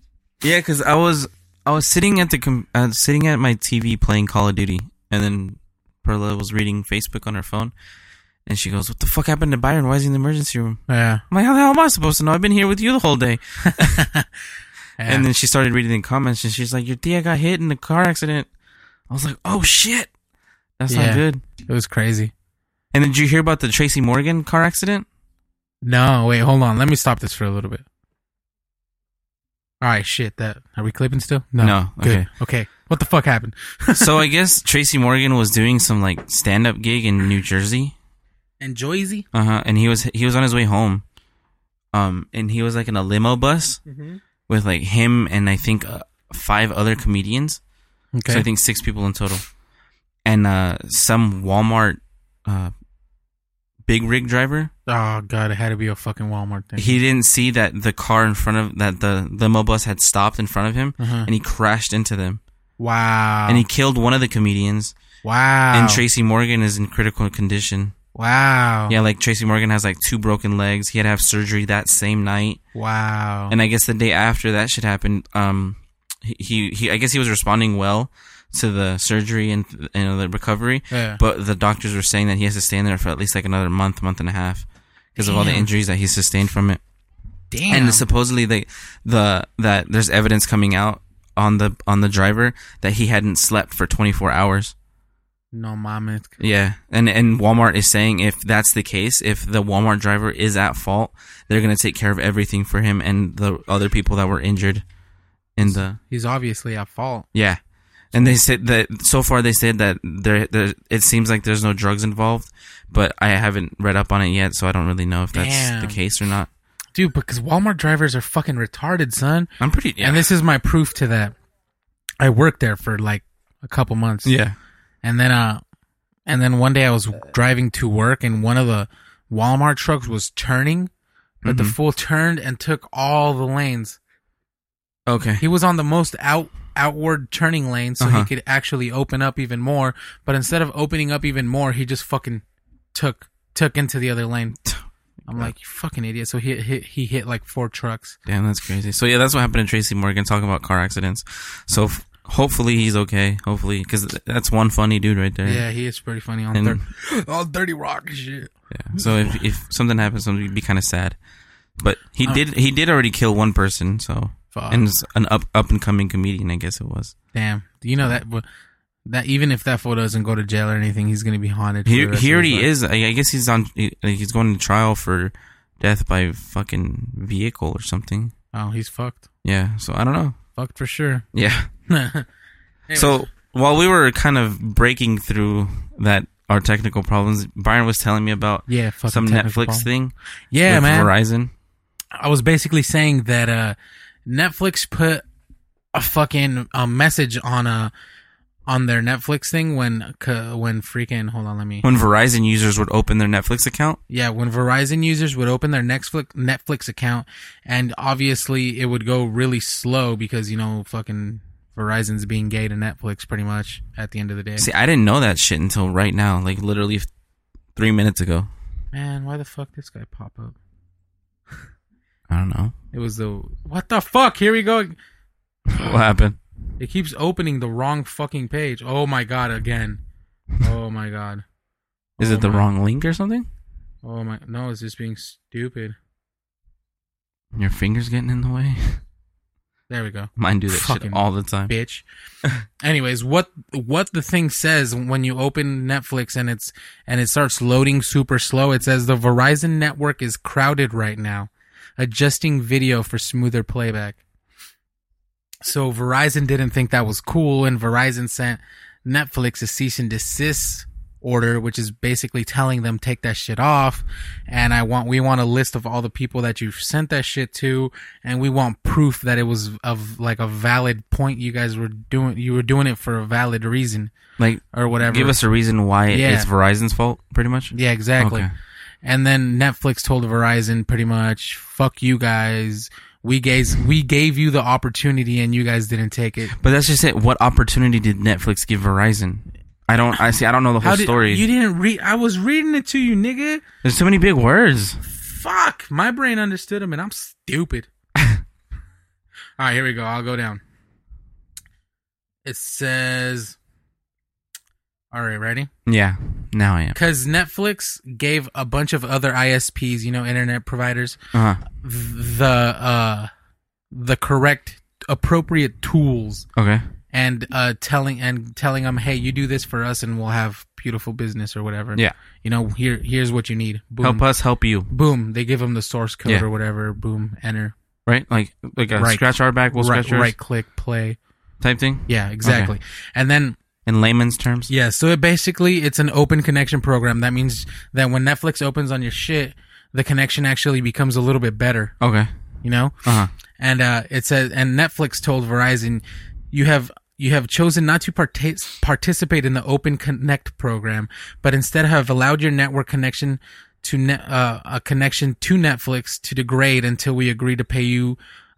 [SPEAKER 3] Yeah, because I was I was sitting at the com- uh, sitting at my TV playing Call of Duty, and then Perla was reading Facebook on her phone, and she goes, "What the fuck happened to Byron? Why is he in the emergency room?"
[SPEAKER 4] Yeah.
[SPEAKER 3] I'm like, "How the hell am I supposed to know? I've been here with you the whole day."
[SPEAKER 4] Yeah.
[SPEAKER 3] And then she started reading the comments, and she's like, "Your tia got hit in a car accident." I was like, "Oh shit, that's
[SPEAKER 4] Yeah.
[SPEAKER 3] not good."
[SPEAKER 4] it was crazy.
[SPEAKER 3] And then did you hear about the Tracy Morgan car accident?
[SPEAKER 4] No, wait, hold on. Let me stop this for a little bit. All right, shit. That are we clipping still?
[SPEAKER 3] No,
[SPEAKER 4] Good. Okay. What the fuck happened?
[SPEAKER 3] so I guess Tracy Morgan was doing some like stand up gig in New Jersey.
[SPEAKER 4] And Joyzy.
[SPEAKER 3] Uh huh. And he was he was on his way home, um, and he was like in a limo bus
[SPEAKER 4] Mm-hmm.
[SPEAKER 3] with like him and I think uh, five other comedians.
[SPEAKER 4] Okay.
[SPEAKER 3] So I think six people in total, and uh, some Walmart, uh, big rig driver.
[SPEAKER 4] oh god, it had to be a fucking Walmart thing.
[SPEAKER 3] He didn't see that the car in front of that the limo bus had stopped in front of him,
[SPEAKER 4] Uh-huh.
[SPEAKER 3] and he crashed into them,
[SPEAKER 4] wow.
[SPEAKER 3] and he killed one of the comedians.
[SPEAKER 4] wow.
[SPEAKER 3] And Tracy Morgan is in critical condition.
[SPEAKER 4] wow.
[SPEAKER 3] Yeah, like Tracy Morgan has like two broken legs. He had to have surgery that same night.
[SPEAKER 4] Wow.
[SPEAKER 3] and I guess the day after that shit happened, um, he, he, he I guess he was responding well to the surgery and you know, the recovery,
[SPEAKER 4] Yeah.
[SPEAKER 3] but the doctors were saying that he has to stay in there for at least like another month, month and a half because of all the
[SPEAKER 4] Damn.
[SPEAKER 3] injuries that he sustained from it.
[SPEAKER 4] Damn.
[SPEAKER 3] And supposedly they, the, that there's evidence coming out on the, on the driver that he hadn't slept for 24 hours.
[SPEAKER 4] No mames.
[SPEAKER 3] Yeah, and and Walmart is saying if that's the case, if the Walmart driver is at fault, they're gonna take care of everything for him and the other people that were injured. In the
[SPEAKER 4] He's obviously at fault.
[SPEAKER 3] yeah, and they said that so far they said that there, there it seems like there's no drugs involved, but I haven't read up on it yet, so I don't really know if that's
[SPEAKER 4] Damn.
[SPEAKER 3] the case or not.
[SPEAKER 4] Dude, because Walmart drivers are fucking retarded, son.
[SPEAKER 3] I'm pretty yeah
[SPEAKER 4] And this is my proof to that. I worked there for like a couple months.
[SPEAKER 3] yeah
[SPEAKER 4] And then uh and then one day I was driving to work and one of the Walmart trucks was turning, but
[SPEAKER 3] Mm-hmm.
[SPEAKER 4] the fool turned and took all the lanes.
[SPEAKER 3] okay
[SPEAKER 4] He was on the most out outward turning lane so
[SPEAKER 3] Uh-huh.
[SPEAKER 4] he could actually open up even more, but instead of opening up even more, he just fucking took took into the other lane. I'm like, you fucking idiot. So he hit he hit like four trucks.
[SPEAKER 3] Damn, that's crazy. So yeah, that's what happened to Tracy Morgan. Talking about car accidents. So f- hopefully he's okay. Hopefully, because that's one funny dude right there.
[SPEAKER 4] Yeah, he is pretty funny on
[SPEAKER 3] And-
[SPEAKER 4] thir- on Dirty Rock and shit.
[SPEAKER 3] Yeah. So if if something happens, something would be kind of sad. But he did he did already kill one person. So
[SPEAKER 4] Oh. Fuck.
[SPEAKER 3] and it's an up up and coming comedian, I guess it was.
[SPEAKER 4] Damn, Do you know that wa- that even if that fool doesn't go to jail or anything, he's gonna be haunted. for the
[SPEAKER 3] He
[SPEAKER 4] rest
[SPEAKER 3] he
[SPEAKER 4] of his
[SPEAKER 3] already
[SPEAKER 4] life.
[SPEAKER 3] is. I, I guess he's on. He, like, he's going to trial for death by fucking vehicle or something.
[SPEAKER 4] Oh, he's fucked.
[SPEAKER 3] Yeah. So I don't know.
[SPEAKER 4] Fucked for sure.
[SPEAKER 3] Yeah.
[SPEAKER 4] Anyways.
[SPEAKER 3] So while we were kind of breaking through that our technical problems, Byron was telling me about
[SPEAKER 4] Yeah, fucking
[SPEAKER 3] some
[SPEAKER 4] technical
[SPEAKER 3] Netflix
[SPEAKER 4] problem.
[SPEAKER 3] thing.
[SPEAKER 4] yeah,
[SPEAKER 3] with
[SPEAKER 4] man.
[SPEAKER 3] Verizon.
[SPEAKER 4] I was basically saying that uh, Netflix put a fucking a message on a on their Netflix thing when c- when freaking hold on, let me
[SPEAKER 3] When Verizon users would open their Netflix account,
[SPEAKER 4] yeah when Verizon users would open their Netflix Netflix account, and obviously it would go really slow because you know fucking Verizon's being gay to Netflix pretty much at the end of the day.
[SPEAKER 3] see, I didn't know that shit until right now, like literally f- three minutes ago.
[SPEAKER 4] Man, why the fuck this guy pop up?
[SPEAKER 3] I don't know
[SPEAKER 4] It was the what the fuck? Here we go.
[SPEAKER 3] what happened.
[SPEAKER 4] It keeps opening the wrong fucking page. Oh my god, again. Oh my god.
[SPEAKER 3] Is
[SPEAKER 4] Oh
[SPEAKER 3] it the
[SPEAKER 4] my-
[SPEAKER 3] wrong link or something?
[SPEAKER 4] Oh my no, it's just being stupid.
[SPEAKER 3] Your fingers getting in the way.
[SPEAKER 4] There we go.
[SPEAKER 3] Mine do that shit
[SPEAKER 4] Fucking
[SPEAKER 3] all the time.
[SPEAKER 4] Bitch. Anyways, what what the thing says when you open Netflix and it's and it starts loading super slow, it says the Verizon network is crowded right now, adjusting video for smoother playback. So Verizon didn't think that was cool, and Verizon sent Netflix a cease and desist order, which is basically telling them take that shit off. And I want we want a list of all the people that you've sent that shit to, and we want proof that it was of like a valid point. You guys were doing you were doing it for a valid reason
[SPEAKER 3] Like,
[SPEAKER 4] or whatever.
[SPEAKER 3] give us a reason why
[SPEAKER 4] Yeah.
[SPEAKER 3] it's Verizon's fault, pretty much.
[SPEAKER 4] Yeah, exactly.
[SPEAKER 3] Okay.
[SPEAKER 4] And then Netflix told Verizon pretty much, "Fuck you guys. We guys we gave you the opportunity and you guys didn't take it."
[SPEAKER 3] But that's just it. What opportunity did Netflix give Verizon? I don't. I see. I don't know the whole
[SPEAKER 4] How did
[SPEAKER 3] story.
[SPEAKER 4] you didn't read? I was reading it to you, nigga.
[SPEAKER 3] There's so many big words.
[SPEAKER 4] Fuck, my brain understood him, and I'm stupid. All right, here we go. I'll go down. It says, "All right, ready."
[SPEAKER 3] Yeah. Now I am.
[SPEAKER 4] Because Netflix gave a bunch of other ISPs, you know, internet providers,
[SPEAKER 3] Uh,
[SPEAKER 4] the uh the correct appropriate tools
[SPEAKER 3] okay.
[SPEAKER 4] and uh telling and telling them hey you do this for us and we'll have beautiful business or whatever
[SPEAKER 3] Yeah.
[SPEAKER 4] you know here here's what you need boom
[SPEAKER 3] Help us help you.
[SPEAKER 4] boom they give them the source code
[SPEAKER 3] Yeah.
[SPEAKER 4] or whatever boom enter
[SPEAKER 3] Right? Like like a
[SPEAKER 4] Right.
[SPEAKER 3] scratch our back, we'll
[SPEAKER 4] right,
[SPEAKER 3] scratch yours
[SPEAKER 4] right click play
[SPEAKER 3] type thing.
[SPEAKER 4] yeah exactly and then
[SPEAKER 3] In layman's terms.
[SPEAKER 4] Yeah, so it basically it's an open connection program. That means that when Netflix opens on your shit, the connection actually becomes a little bit better,
[SPEAKER 3] Okay.
[SPEAKER 4] you know?
[SPEAKER 3] Uh huh.
[SPEAKER 4] And uh it says and Netflix told Verizon, you have you have chosen not to partic- participate in the Open Connect program, but instead have allowed your network connection to ne- uh, a connection to Netflix to degrade until we agree to pay you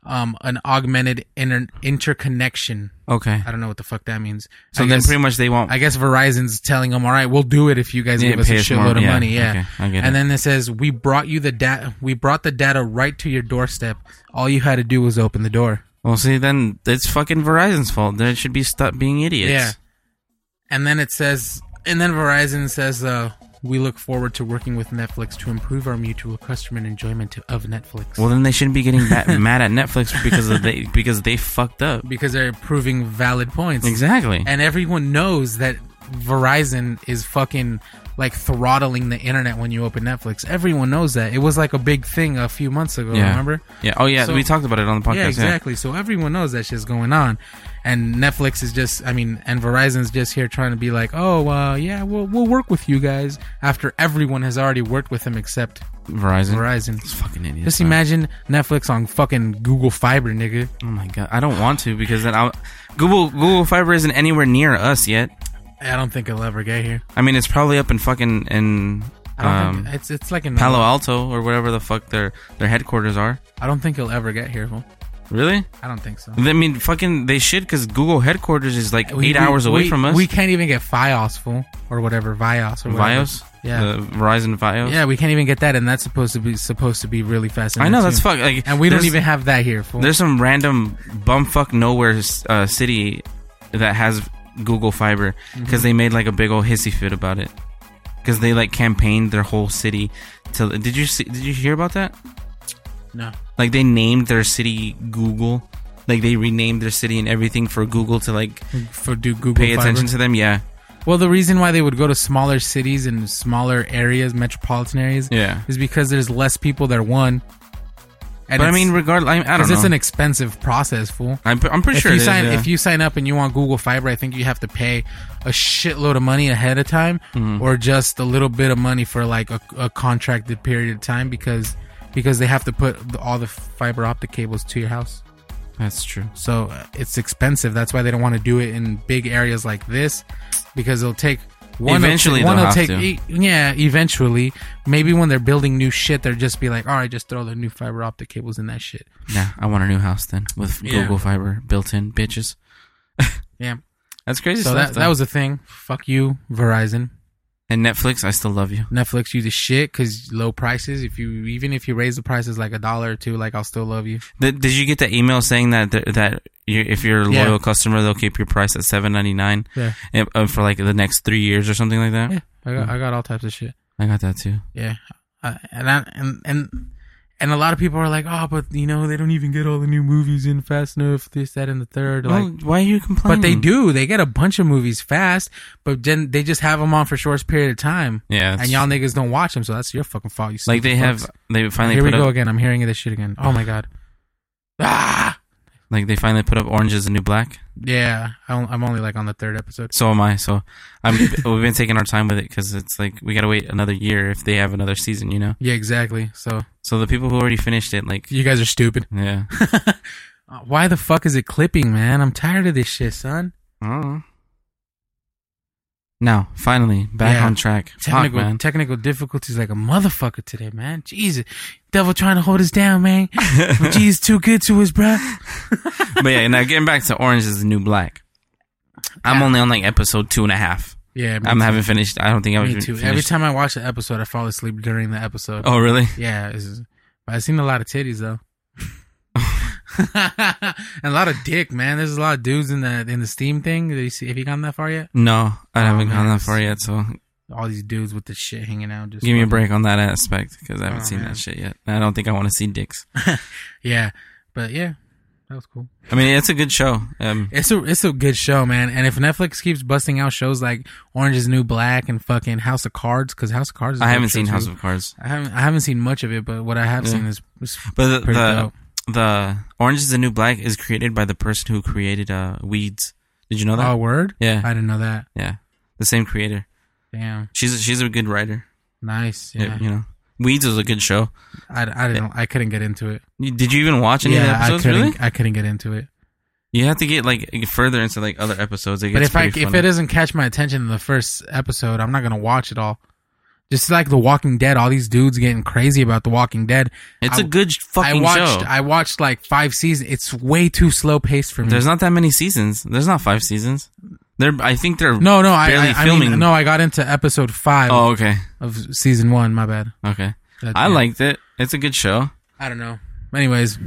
[SPEAKER 4] um, an augmented inter- interconnection.
[SPEAKER 3] Okay.
[SPEAKER 4] I don't know what the fuck that means.
[SPEAKER 3] So
[SPEAKER 4] I
[SPEAKER 3] then
[SPEAKER 4] guess-
[SPEAKER 3] pretty much they won't
[SPEAKER 4] I guess Verizon's telling them, "All right, we'll do it if you guys
[SPEAKER 3] Yeah,
[SPEAKER 4] give us a
[SPEAKER 3] pay us more,
[SPEAKER 4] shitload of
[SPEAKER 3] yeah,
[SPEAKER 4] money." Yeah,
[SPEAKER 3] okay, I get
[SPEAKER 4] and
[SPEAKER 3] it.
[SPEAKER 4] then it says, "We brought you the data. We brought the data right to your doorstep. All you had to do was open the door."
[SPEAKER 3] Well see then it's fucking Verizon's fault. They should be stop being idiots.
[SPEAKER 4] Yeah, and then it says, and then Verizon says, uh, "We look forward to working with Netflix to improve our mutual customer enjoyment of Netflix."
[SPEAKER 3] Well then they shouldn't be getting that mad at Netflix because of they because they fucked up.
[SPEAKER 4] because they're proving valid points.
[SPEAKER 3] Exactly.
[SPEAKER 4] And everyone knows that Verizon is fucking like throttling the internet when you open Netflix. Everyone knows that. It was like a big thing a few months ago,
[SPEAKER 3] Yeah.
[SPEAKER 4] remember?
[SPEAKER 3] Yeah. Oh yeah,
[SPEAKER 4] So-
[SPEAKER 3] we talked about it on the podcast.
[SPEAKER 4] yeah, exactly. So everyone knows that shit's going on, and Netflix is just—I mean—and Verizon's just here trying to be like, "Oh, uh, yeah, we'll we'll work with you guys." After everyone has already worked with them except
[SPEAKER 3] Verizon.
[SPEAKER 4] Verizon.
[SPEAKER 3] It's fucking idiots.
[SPEAKER 4] Just
[SPEAKER 3] man.
[SPEAKER 4] imagine Netflix on fucking Google Fiber, nigga.
[SPEAKER 3] Oh my god, I don't want to because then I will Google Google Fiber isn't anywhere near us yet.
[SPEAKER 4] I don't think it'll ever get here.
[SPEAKER 3] I mean, it's probably up in fucking in
[SPEAKER 4] I don't
[SPEAKER 3] um,
[SPEAKER 4] think it's it's like in
[SPEAKER 3] Palo Alto or wherever the fuck their their headquarters are.
[SPEAKER 4] I don't think it'll ever get here. Well,
[SPEAKER 3] Really?
[SPEAKER 4] I don't think so.
[SPEAKER 3] I mean, fucking they should because Google headquarters is like eight hours away
[SPEAKER 4] we-
[SPEAKER 3] from us.
[SPEAKER 4] We can't even get FiOS fool or whatever Vios or whatever.
[SPEAKER 3] Vios,
[SPEAKER 4] Yeah.
[SPEAKER 3] The Verizon Vios.
[SPEAKER 4] Yeah, we can't even get that, and that's supposed to be supposed to be really fast.
[SPEAKER 3] I know that's fuck. Like,
[SPEAKER 4] And we don't
[SPEAKER 3] there's-
[SPEAKER 4] even have that here. Fool.
[SPEAKER 3] There's some random bumfuck nowhere uh, city that has Google Fiber
[SPEAKER 4] Mm-hmm.
[SPEAKER 3] because they made like a big old hissy fit about it because they like campaigned their whole city. To did you see? Did you hear about that?
[SPEAKER 4] no.
[SPEAKER 3] Like they named their city Google. Like they renamed their city and everything for Google to like
[SPEAKER 4] For do Google
[SPEAKER 3] pay
[SPEAKER 4] Fiber.
[SPEAKER 3] attention to them. Yeah,
[SPEAKER 4] Well, the reason why they would go to smaller cities and smaller areas, metropolitan areas,
[SPEAKER 3] Yeah.
[SPEAKER 4] is because there's less people there. One. And
[SPEAKER 3] but I
[SPEAKER 4] it's-
[SPEAKER 3] mean, regardless, I, I don't
[SPEAKER 4] Because
[SPEAKER 3] know.
[SPEAKER 4] it's an expensive process, fool.
[SPEAKER 3] I'm, I'm pretty
[SPEAKER 4] If
[SPEAKER 3] sure
[SPEAKER 4] you
[SPEAKER 3] it is,
[SPEAKER 4] sign
[SPEAKER 3] yeah.
[SPEAKER 4] if you sign up and you want Google Fiber, I think you have to pay a shitload of money ahead of time,
[SPEAKER 3] Mm-hmm.
[SPEAKER 4] or just a little bit of money for like a, a contracted period of time because because they have to put the- all the fiber optic cables to your house.
[SPEAKER 3] That's true.
[SPEAKER 4] So uh, it's expensive. That's why they don't want to do it in big areas like this because it'll take one.
[SPEAKER 3] Eventually
[SPEAKER 4] one
[SPEAKER 3] they'll
[SPEAKER 4] will
[SPEAKER 3] have
[SPEAKER 4] take
[SPEAKER 3] to.
[SPEAKER 4] e- yeah. Eventually, maybe when they're building new shit, they'll just be like, all right, just throw the new fiber optic cables in that shit.
[SPEAKER 3] Yeah, I want a new house then with
[SPEAKER 4] Yeah.
[SPEAKER 3] Google Fiber built in, bitches.
[SPEAKER 4] Yeah.
[SPEAKER 3] That's crazy.
[SPEAKER 4] So
[SPEAKER 3] stuff,
[SPEAKER 4] that
[SPEAKER 3] though.
[SPEAKER 4] that was a thing. Fuck you, Verizon.
[SPEAKER 3] and Netflix. I still love you.
[SPEAKER 4] Netflix you the shit because low prices. If you even if you raise the prices like a dollar or two, like I'll still love you.
[SPEAKER 3] Did, did you get the email saying that that, that you, if you're a
[SPEAKER 4] Yeah.
[SPEAKER 3] loyal customer, they'll keep your price at seven ninety nine
[SPEAKER 4] Yeah.
[SPEAKER 3] uh, for like the next three years or something like that?
[SPEAKER 4] Yeah, I
[SPEAKER 3] Hmm.
[SPEAKER 4] got I got all types of shit.
[SPEAKER 3] I got that too.
[SPEAKER 4] Yeah, I, and I, and and and a lot of people are like, oh, but you know they don't even get all the new movies in fast enough. This, that, and the third. Like,
[SPEAKER 3] well, mm. why are you complaining?
[SPEAKER 4] but they do. They get a bunch of movies fast, but then they just have them on for short period of time.
[SPEAKER 3] Yeah, that's
[SPEAKER 4] and y'all niggas don't watch them, so that's your fucking fault. You
[SPEAKER 3] Like
[SPEAKER 4] stupid
[SPEAKER 3] they
[SPEAKER 4] fucks.
[SPEAKER 3] have. They finally
[SPEAKER 4] Here we
[SPEAKER 3] put
[SPEAKER 4] go
[SPEAKER 3] up.
[SPEAKER 4] again. I'm hearing this shit again. Oh my god. Ah.
[SPEAKER 3] Like they finally put up Orange Is the New Black.
[SPEAKER 4] Yeah, I don't- I'm only like on the third episode.
[SPEAKER 3] So am I. So I'm. we've been taking our time with it because it's like we gotta wait another year if they have another season. You know.
[SPEAKER 4] Yeah, exactly. So
[SPEAKER 3] So the people who already finished it, like,
[SPEAKER 4] you guys are stupid. Uh,
[SPEAKER 3] yeah.
[SPEAKER 4] Why the fuck is it clipping, man? I'm tired of this shit, son.
[SPEAKER 3] Oh. Now, finally, back
[SPEAKER 4] Yeah.
[SPEAKER 3] on track. Fuck,
[SPEAKER 4] Technical
[SPEAKER 3] man.
[SPEAKER 4] technical difficulties like a motherfucker today, man. Jesus, devil trying to hold us down, man. But Jesus, too good to us, bruh.
[SPEAKER 3] but yeah, now getting back to Orange is the New Black. I'm only on like episode two and a half.
[SPEAKER 4] Yeah, me
[SPEAKER 3] I'm
[SPEAKER 4] too.
[SPEAKER 3] haven't finished. I don't think I've
[SPEAKER 4] Me
[SPEAKER 3] even
[SPEAKER 4] too.
[SPEAKER 3] finished.
[SPEAKER 4] Every time I watch the episode, I fall asleep during the episode.
[SPEAKER 3] Oh really?
[SPEAKER 4] Yeah, it's just- but I've seen a lot of titties though. and a lot of dick, man. There's a lot of dudes in the in the Steam thing. Did you see? Have you gotten that far yet?
[SPEAKER 3] No, I haven't
[SPEAKER 4] man,
[SPEAKER 3] gone that
[SPEAKER 4] it's-
[SPEAKER 3] far yet. So
[SPEAKER 4] All these dudes with the shit hanging out. Just
[SPEAKER 3] give me a break on that aspect because I haven't
[SPEAKER 4] Oh,
[SPEAKER 3] seen
[SPEAKER 4] man.
[SPEAKER 3] that shit yet. And I don't think I want to see dicks.
[SPEAKER 4] Yeah, but yeah, that was cool.
[SPEAKER 3] I mean, it's a good show. Um,
[SPEAKER 4] It's a it's a good show, man. And if Netflix keeps busting out shows like Orange Is the New Black and fucking House of Cards, because House of Cards, is a
[SPEAKER 3] I
[SPEAKER 4] dope
[SPEAKER 3] haven't
[SPEAKER 4] show,
[SPEAKER 3] seen
[SPEAKER 4] too.
[SPEAKER 3] House of Cards,
[SPEAKER 4] I haven't I haven't seen much of it, but what I have
[SPEAKER 3] Yeah.
[SPEAKER 4] seen is, is
[SPEAKER 3] but the
[SPEAKER 4] pretty
[SPEAKER 3] the,
[SPEAKER 4] dope.
[SPEAKER 3] the Orange is the New Black is created by the person who created uh, Weeds. Did you know that?
[SPEAKER 4] Oh, word?
[SPEAKER 3] Yeah.
[SPEAKER 4] I didn't know that.
[SPEAKER 3] Yeah, the same creator.
[SPEAKER 4] Damn,
[SPEAKER 3] She's a, she's a good writer.
[SPEAKER 4] nice.
[SPEAKER 3] Yeah.
[SPEAKER 4] Yeah,
[SPEAKER 3] you know, Weeds was a good show.
[SPEAKER 4] I, I didn't I couldn't get into it.
[SPEAKER 3] You- Did you even watch any of
[SPEAKER 4] Yeah,
[SPEAKER 3] the
[SPEAKER 4] I
[SPEAKER 3] episodes?
[SPEAKER 4] couldn't
[SPEAKER 3] really?
[SPEAKER 4] I couldn't get into it.
[SPEAKER 3] You have to get like further into like other episodes. It
[SPEAKER 4] But
[SPEAKER 3] gets
[SPEAKER 4] if I
[SPEAKER 3] pretty
[SPEAKER 4] if
[SPEAKER 3] funny.
[SPEAKER 4] it doesn't catch my attention in the first episode, I'm not gonna watch it all. Just like The Walking Dead, all these dudes getting crazy about The Walking Dead.
[SPEAKER 3] it's
[SPEAKER 4] a
[SPEAKER 3] a good fucking
[SPEAKER 4] I watched
[SPEAKER 3] show.
[SPEAKER 4] I watched like five seasons. It's way too slow paced for me.
[SPEAKER 3] There's not that many seasons. There's not five seasons. There, I think they're
[SPEAKER 4] no, no, I,
[SPEAKER 3] barely
[SPEAKER 4] I, I
[SPEAKER 3] filming.
[SPEAKER 4] mean, no, I got into episode five
[SPEAKER 3] Oh, okay,
[SPEAKER 4] of season one. My bad.
[SPEAKER 3] okay.
[SPEAKER 4] That-
[SPEAKER 3] I
[SPEAKER 4] yeah.
[SPEAKER 3] liked it. It's a good show.
[SPEAKER 4] I don't know. Anyways,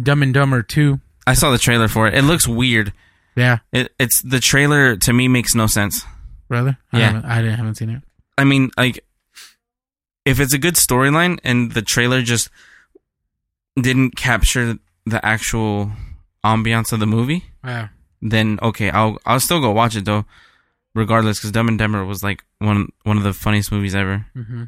[SPEAKER 4] Dumb and Dumber two.
[SPEAKER 3] I saw the trailer for it. It looks weird.
[SPEAKER 4] Yeah,
[SPEAKER 3] It, it's the trailer to me makes no sense.
[SPEAKER 4] brother. I
[SPEAKER 3] Yeah.
[SPEAKER 4] haven't, I didn't, haven't seen it.
[SPEAKER 3] I mean, like, if it's a good storyline and the trailer just didn't capture the actual ambiance of the movie,
[SPEAKER 4] Yeah.
[SPEAKER 3] then okay, I'll I'll still go watch it though. regardless, because Dumb and Dumber was like one one of the funniest movies ever.
[SPEAKER 4] Mm-hmm.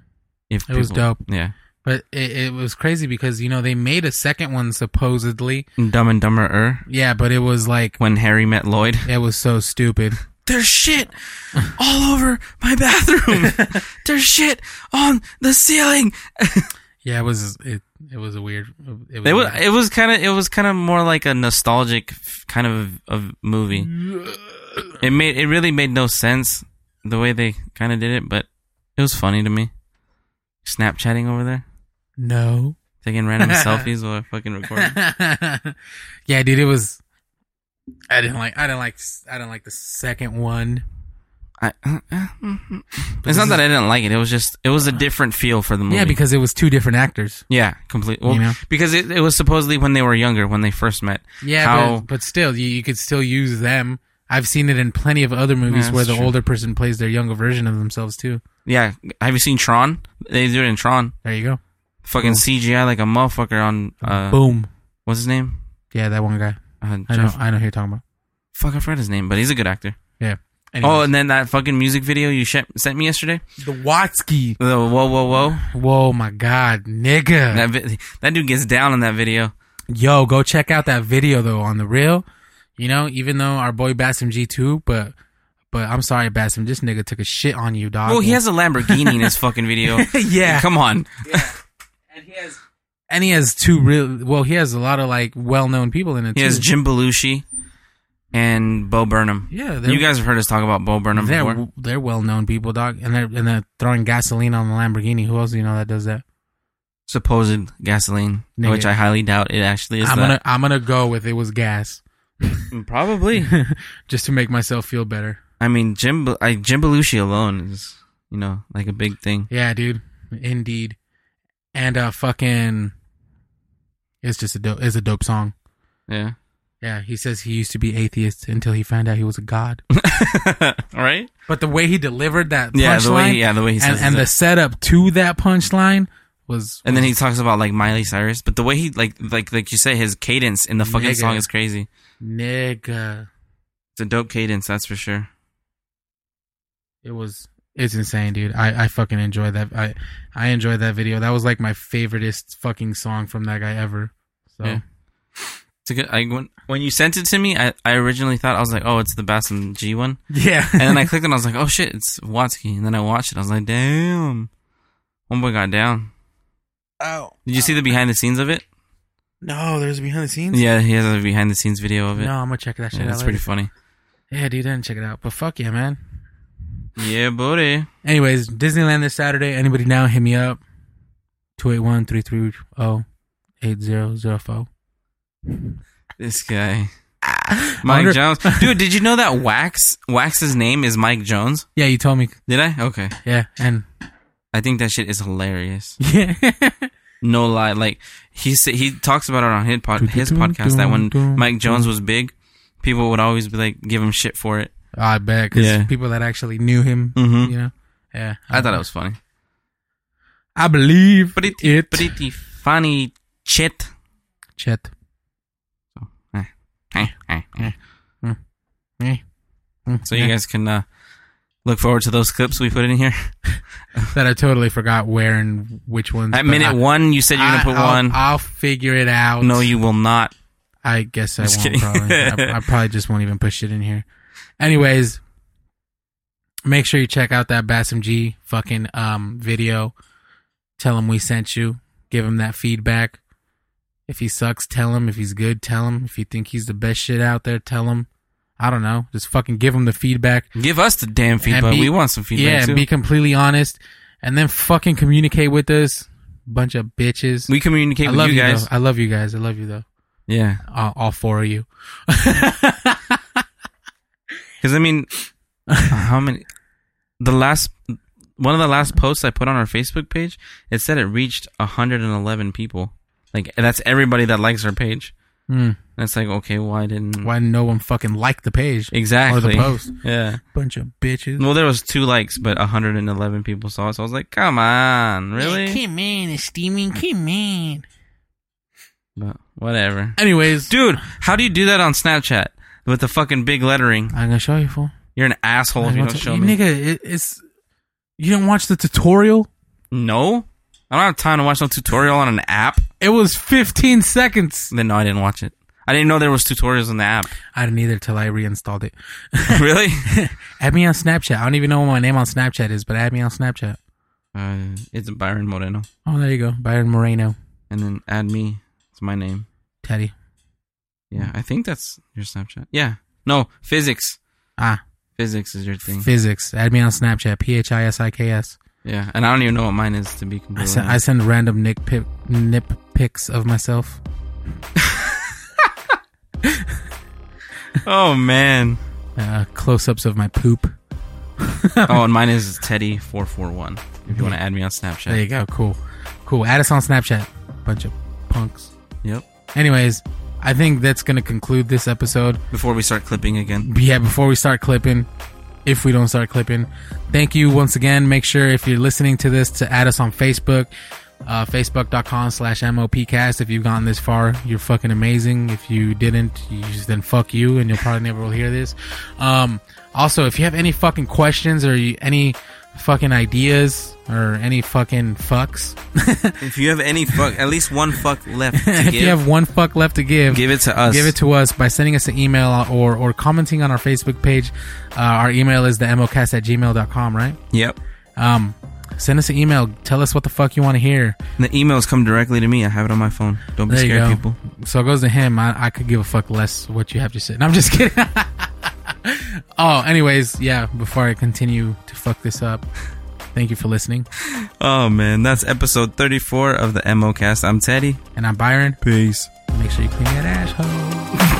[SPEAKER 3] If
[SPEAKER 4] It was dope.
[SPEAKER 3] Yeah,
[SPEAKER 4] But it, it was crazy because you know they made a second one supposedly.
[SPEAKER 3] Dumb and Dumberer
[SPEAKER 4] Yeah, but it was like
[SPEAKER 3] when Harry met Lloyd.
[SPEAKER 4] it was so stupid.
[SPEAKER 3] There's shit all over my bathroom. There's shit on the ceiling.
[SPEAKER 4] Yeah, it was it. It was a weird. It was.
[SPEAKER 3] It was it was kind of it was kind of more like a nostalgic f- kind of of movie. It made it really made no sense the way they kind of did it, but it was funny to me. Snapchatting over there,
[SPEAKER 4] no.
[SPEAKER 3] taking random selfies while I fucking record.
[SPEAKER 4] yeah, dude, it was. I didn't like. I didn't like. I didn't like the second one.
[SPEAKER 3] I, uh, Mm-hmm. it's not that I didn't like it. It was just it was a different feel for the movie.
[SPEAKER 4] Yeah, because it was two different actors.
[SPEAKER 3] yeah, complete. Well,
[SPEAKER 4] You know?
[SPEAKER 3] because it, it was supposedly when they were younger when they first met.
[SPEAKER 4] Yeah,
[SPEAKER 3] How-
[SPEAKER 4] but, but still, you, you could still use them. I've seen it in plenty of other movies
[SPEAKER 3] Yeah,
[SPEAKER 4] where
[SPEAKER 3] that's
[SPEAKER 4] the
[SPEAKER 3] true.
[SPEAKER 4] older person plays their younger version of themselves too.
[SPEAKER 3] Yeah, have you seen Tron? They do it in Tron.
[SPEAKER 4] There you go.
[SPEAKER 3] Fucking CGI like a motherfucker on uh,
[SPEAKER 4] Boom.
[SPEAKER 3] what's his name?
[SPEAKER 4] Yeah, that one guy.
[SPEAKER 3] Uh,
[SPEAKER 4] I know.
[SPEAKER 3] Jeff-
[SPEAKER 4] I know who you're talking about.
[SPEAKER 3] Fuck, I forgot his name, but he's a good actor.
[SPEAKER 4] Yeah.
[SPEAKER 3] Oh,
[SPEAKER 4] Anyways.
[SPEAKER 3] and then that fucking music video you sh- sent me yesterday.
[SPEAKER 4] the Watsky.
[SPEAKER 3] The whoa, whoa, whoa.
[SPEAKER 4] Whoa, my God, nigga.
[SPEAKER 3] That vi- that dude gets down in that video.
[SPEAKER 4] Yo, go check out that video though on the real. You know, even though our boy Bassam G two, but but I'm sorry, Bassam, this nigga took a shit on you, dog.
[SPEAKER 3] Well, he has a Lamborghini in his fucking video.
[SPEAKER 4] Yeah.
[SPEAKER 3] come on.
[SPEAKER 4] and he has two real. Well, he has a lot of like well known people in it.
[SPEAKER 3] He has
[SPEAKER 4] too.
[SPEAKER 3] Jim Belushi and Bo Burnham.
[SPEAKER 4] Yeah, they're-
[SPEAKER 3] you guys have heard us talk about Bo Burnham before.
[SPEAKER 4] They're they're well known people, dog, and they're and they're throwing gasoline on the Lamborghini. Who else do you know that does that?
[SPEAKER 3] Supposed gasoline,
[SPEAKER 4] Nigga.
[SPEAKER 3] which I highly doubt it actually is.
[SPEAKER 4] I'm
[SPEAKER 3] that. Mm,
[SPEAKER 4] gonna I'm gonna go with it was gas,
[SPEAKER 3] probably.
[SPEAKER 4] just to make myself feel better.
[SPEAKER 3] I mean, Jim Bel- I, Jim Belushi alone is you know like a big thing.
[SPEAKER 4] Yeah, dude, indeed, and uh, fucking, it's just a dope. It's a dope song.
[SPEAKER 3] Yeah.
[SPEAKER 4] Yeah, he says he used to be atheist until he found out he was a god.
[SPEAKER 3] All right.
[SPEAKER 4] But the way he delivered that punchline,
[SPEAKER 3] Yeah, the way- yeah, the way he
[SPEAKER 4] and,
[SPEAKER 3] says
[SPEAKER 4] and
[SPEAKER 3] it.
[SPEAKER 4] the setup to that punchline was
[SPEAKER 3] And then he talks about like Miley Cyrus, but the way he like like like you say his cadence in the fucking
[SPEAKER 4] Nigga.
[SPEAKER 3] song is crazy.
[SPEAKER 4] nigga.
[SPEAKER 3] It's a dope cadence, that's for sure.
[SPEAKER 4] It was it's insane, dude. I I fucking enjoyed that. I I enjoyed that video. That was like my favoriteest fucking song from that guy ever. So
[SPEAKER 3] Yeah. It's a good. I when, when you sent it to me, I, I originally thought I was like, oh, it's the Bass and G one,
[SPEAKER 4] yeah,
[SPEAKER 3] and then I clicked and I was like, oh shit, it's Watsky, and then I watched it. I was like, damn, one boy got down.
[SPEAKER 4] oh
[SPEAKER 3] Did you see the behind the scenes of it?
[SPEAKER 4] no, there's behind the scenes.
[SPEAKER 3] Yeah, he has a behind the scenes video of it.
[SPEAKER 4] No, I'm gonna check that shit
[SPEAKER 3] yeah,
[SPEAKER 4] out.
[SPEAKER 3] that's
[SPEAKER 4] later.
[SPEAKER 3] pretty funny.
[SPEAKER 4] Yeah, dude, I didn't check it out. But fuck yeah, man.
[SPEAKER 3] Yeah, buddy.
[SPEAKER 4] Anyways, Disneyland this Saturday. Anybody now, hit me up. oh, 281-330-8004.
[SPEAKER 3] This guy, Mike
[SPEAKER 4] Ah. wonder-
[SPEAKER 3] Jones, dude. Did you know that Wax Wax's name is Mike Jones?
[SPEAKER 4] Yeah, you told me.
[SPEAKER 3] Did I? Okay.
[SPEAKER 4] Yeah, and
[SPEAKER 3] I think that shit is hilarious.
[SPEAKER 4] yeah.
[SPEAKER 3] No lie, like he sa- he talks about it on his, pod- his podcast that when Mike Jones was big, people would always be like give him shit for it.
[SPEAKER 4] I bet because
[SPEAKER 3] Yeah.
[SPEAKER 4] people that actually knew him,
[SPEAKER 3] Mhm.
[SPEAKER 4] you know. Yeah,
[SPEAKER 3] I thought it was funny.
[SPEAKER 4] I believe
[SPEAKER 3] Pretty
[SPEAKER 4] it.
[SPEAKER 3] pretty funny shit.
[SPEAKER 4] Chet.
[SPEAKER 3] Eh, eh, eh.
[SPEAKER 4] Eh. Mm,
[SPEAKER 3] So you
[SPEAKER 4] yeah.
[SPEAKER 3] guys can uh, look forward to those clips we put in here.
[SPEAKER 4] that I totally forgot where and which ones.
[SPEAKER 3] At
[SPEAKER 4] but
[SPEAKER 3] minute
[SPEAKER 4] I-
[SPEAKER 3] one, you said you're gonna
[SPEAKER 4] I-
[SPEAKER 3] put
[SPEAKER 4] I'll-
[SPEAKER 3] one.
[SPEAKER 4] I'll figure it out.
[SPEAKER 3] no, you will not.
[SPEAKER 4] I guess I
[SPEAKER 3] Just
[SPEAKER 4] won't.
[SPEAKER 3] kidding.
[SPEAKER 4] Probably. I, I probably just won't even push it in here. Anyways, make sure you check out that Bassam G fucking um video. Tell him we sent you. Give him that feedback. If he sucks, tell him. If he's good, tell him. If you think he's the best shit out there, tell him. I don't know. Just fucking give him the feedback.
[SPEAKER 3] Give us the damn
[SPEAKER 4] And
[SPEAKER 3] feedback.
[SPEAKER 4] be-
[SPEAKER 3] we want some
[SPEAKER 4] Yeah,
[SPEAKER 3] feedback
[SPEAKER 4] and
[SPEAKER 3] too.
[SPEAKER 4] be completely honest, and then fucking communicate with us. Bunch of bitches.
[SPEAKER 3] we communicate
[SPEAKER 4] I
[SPEAKER 3] with
[SPEAKER 4] love
[SPEAKER 3] you guys.
[SPEAKER 4] though. I love you guys. I love you though.
[SPEAKER 3] yeah,
[SPEAKER 4] All, all four of you.
[SPEAKER 3] because I mean, how many? The last one of the last posts I put on our Facebook page, it said it reached 111 people. Like that's everybody that likes our page.
[SPEAKER 4] Hmm.
[SPEAKER 3] And it's like, okay, why didn't
[SPEAKER 4] Mm-hmm. why no one fucking liked the page
[SPEAKER 3] exactly
[SPEAKER 4] or the post.
[SPEAKER 3] Yeah.
[SPEAKER 4] Bunch of bitches.
[SPEAKER 3] Well, there was two likes, but 111 people saw it. So I was like, come on, really?
[SPEAKER 4] Come in, it's steaming. Come in.
[SPEAKER 3] But whatever,
[SPEAKER 4] Anyways,
[SPEAKER 3] dude. How do you do that on Snapchat with the fucking big lettering?
[SPEAKER 4] I'm gonna show you fool.
[SPEAKER 3] You're an asshole if you
[SPEAKER 4] What's-
[SPEAKER 3] don't show
[SPEAKER 4] you
[SPEAKER 3] me.
[SPEAKER 4] Nigga, it, it's you didn't watch the tutorial.
[SPEAKER 3] No, I don't have time to watch no tutorial on an app.
[SPEAKER 4] It was 15 seconds.
[SPEAKER 3] Then no, I didn't watch it. I didn't know there was tutorials on the app.
[SPEAKER 4] I didn't either till I reinstalled it.
[SPEAKER 3] really?
[SPEAKER 4] add me on Snapchat. I don't even know what my name on Snapchat is, but add me on Snapchat.
[SPEAKER 3] Uh, it's Byron Moreno,
[SPEAKER 4] Oh, there you go, Byron Moreno,
[SPEAKER 3] and then add me. It's my name.
[SPEAKER 4] Teddy.
[SPEAKER 3] Yeah, I think that's your Snapchat. Yeah. No, physics.
[SPEAKER 4] Ah,
[SPEAKER 3] Physics is your thing.
[SPEAKER 4] physics. Add me on Snapchat. P H I S I K S.
[SPEAKER 3] Yeah, and I don't even know what mine is to be completely.
[SPEAKER 4] I send, I
[SPEAKER 3] honest.
[SPEAKER 4] send random nick pip, nip pics of myself.
[SPEAKER 3] oh man.
[SPEAKER 4] Uh, close ups of my poop.
[SPEAKER 3] oh, and mine is Teddy four four one. If you want to add me on
[SPEAKER 4] There
[SPEAKER 3] Snapchat.
[SPEAKER 4] you go. Cool. Cool. Add us on Snapchat. Bunch of punks.
[SPEAKER 3] Yep.
[SPEAKER 4] Anyways, I think that's going to conclude this episode.
[SPEAKER 3] Before we start clipping again.
[SPEAKER 4] But yeah, before we start clipping, if we don't start clipping, thank you once again. Make sure if you're listening to this to add us on Facebook, uh, facebook.com slash MOPcast. If you've gotten this far, you're fucking amazing. If you didn't, you just, then fuck you and you'll probably never will hear this. Um, also, if you have any fucking questions or you, any fucking ideas or any fucking fucks,
[SPEAKER 3] If you have any fuck, at least one fuck left to
[SPEAKER 4] if
[SPEAKER 3] give,
[SPEAKER 4] you have one fuck left to give,
[SPEAKER 3] give it to us.
[SPEAKER 4] Give it to us by sending us an email or, or commenting on our Facebook page. Uh, our email is themocast at gmail.com, right?
[SPEAKER 3] Yep.
[SPEAKER 4] Um, send us an email. Tell us what the fuck you want to hear.
[SPEAKER 3] The emails come directly to me. I have it on my phone. Don't be
[SPEAKER 4] There you
[SPEAKER 3] scared,
[SPEAKER 4] go.
[SPEAKER 3] people.
[SPEAKER 4] So it goes to him. I, I could give a fuck less what you have to say. No, I'm just kidding. oh, anyways, yeah, before I continue to fuck this up, thank you for listening.
[SPEAKER 3] Oh man, that's episode thirty four of the MO Cast. I'm Teddy.
[SPEAKER 4] And I'm Byron.
[SPEAKER 3] Peace.
[SPEAKER 4] Make sure you clean that asshole.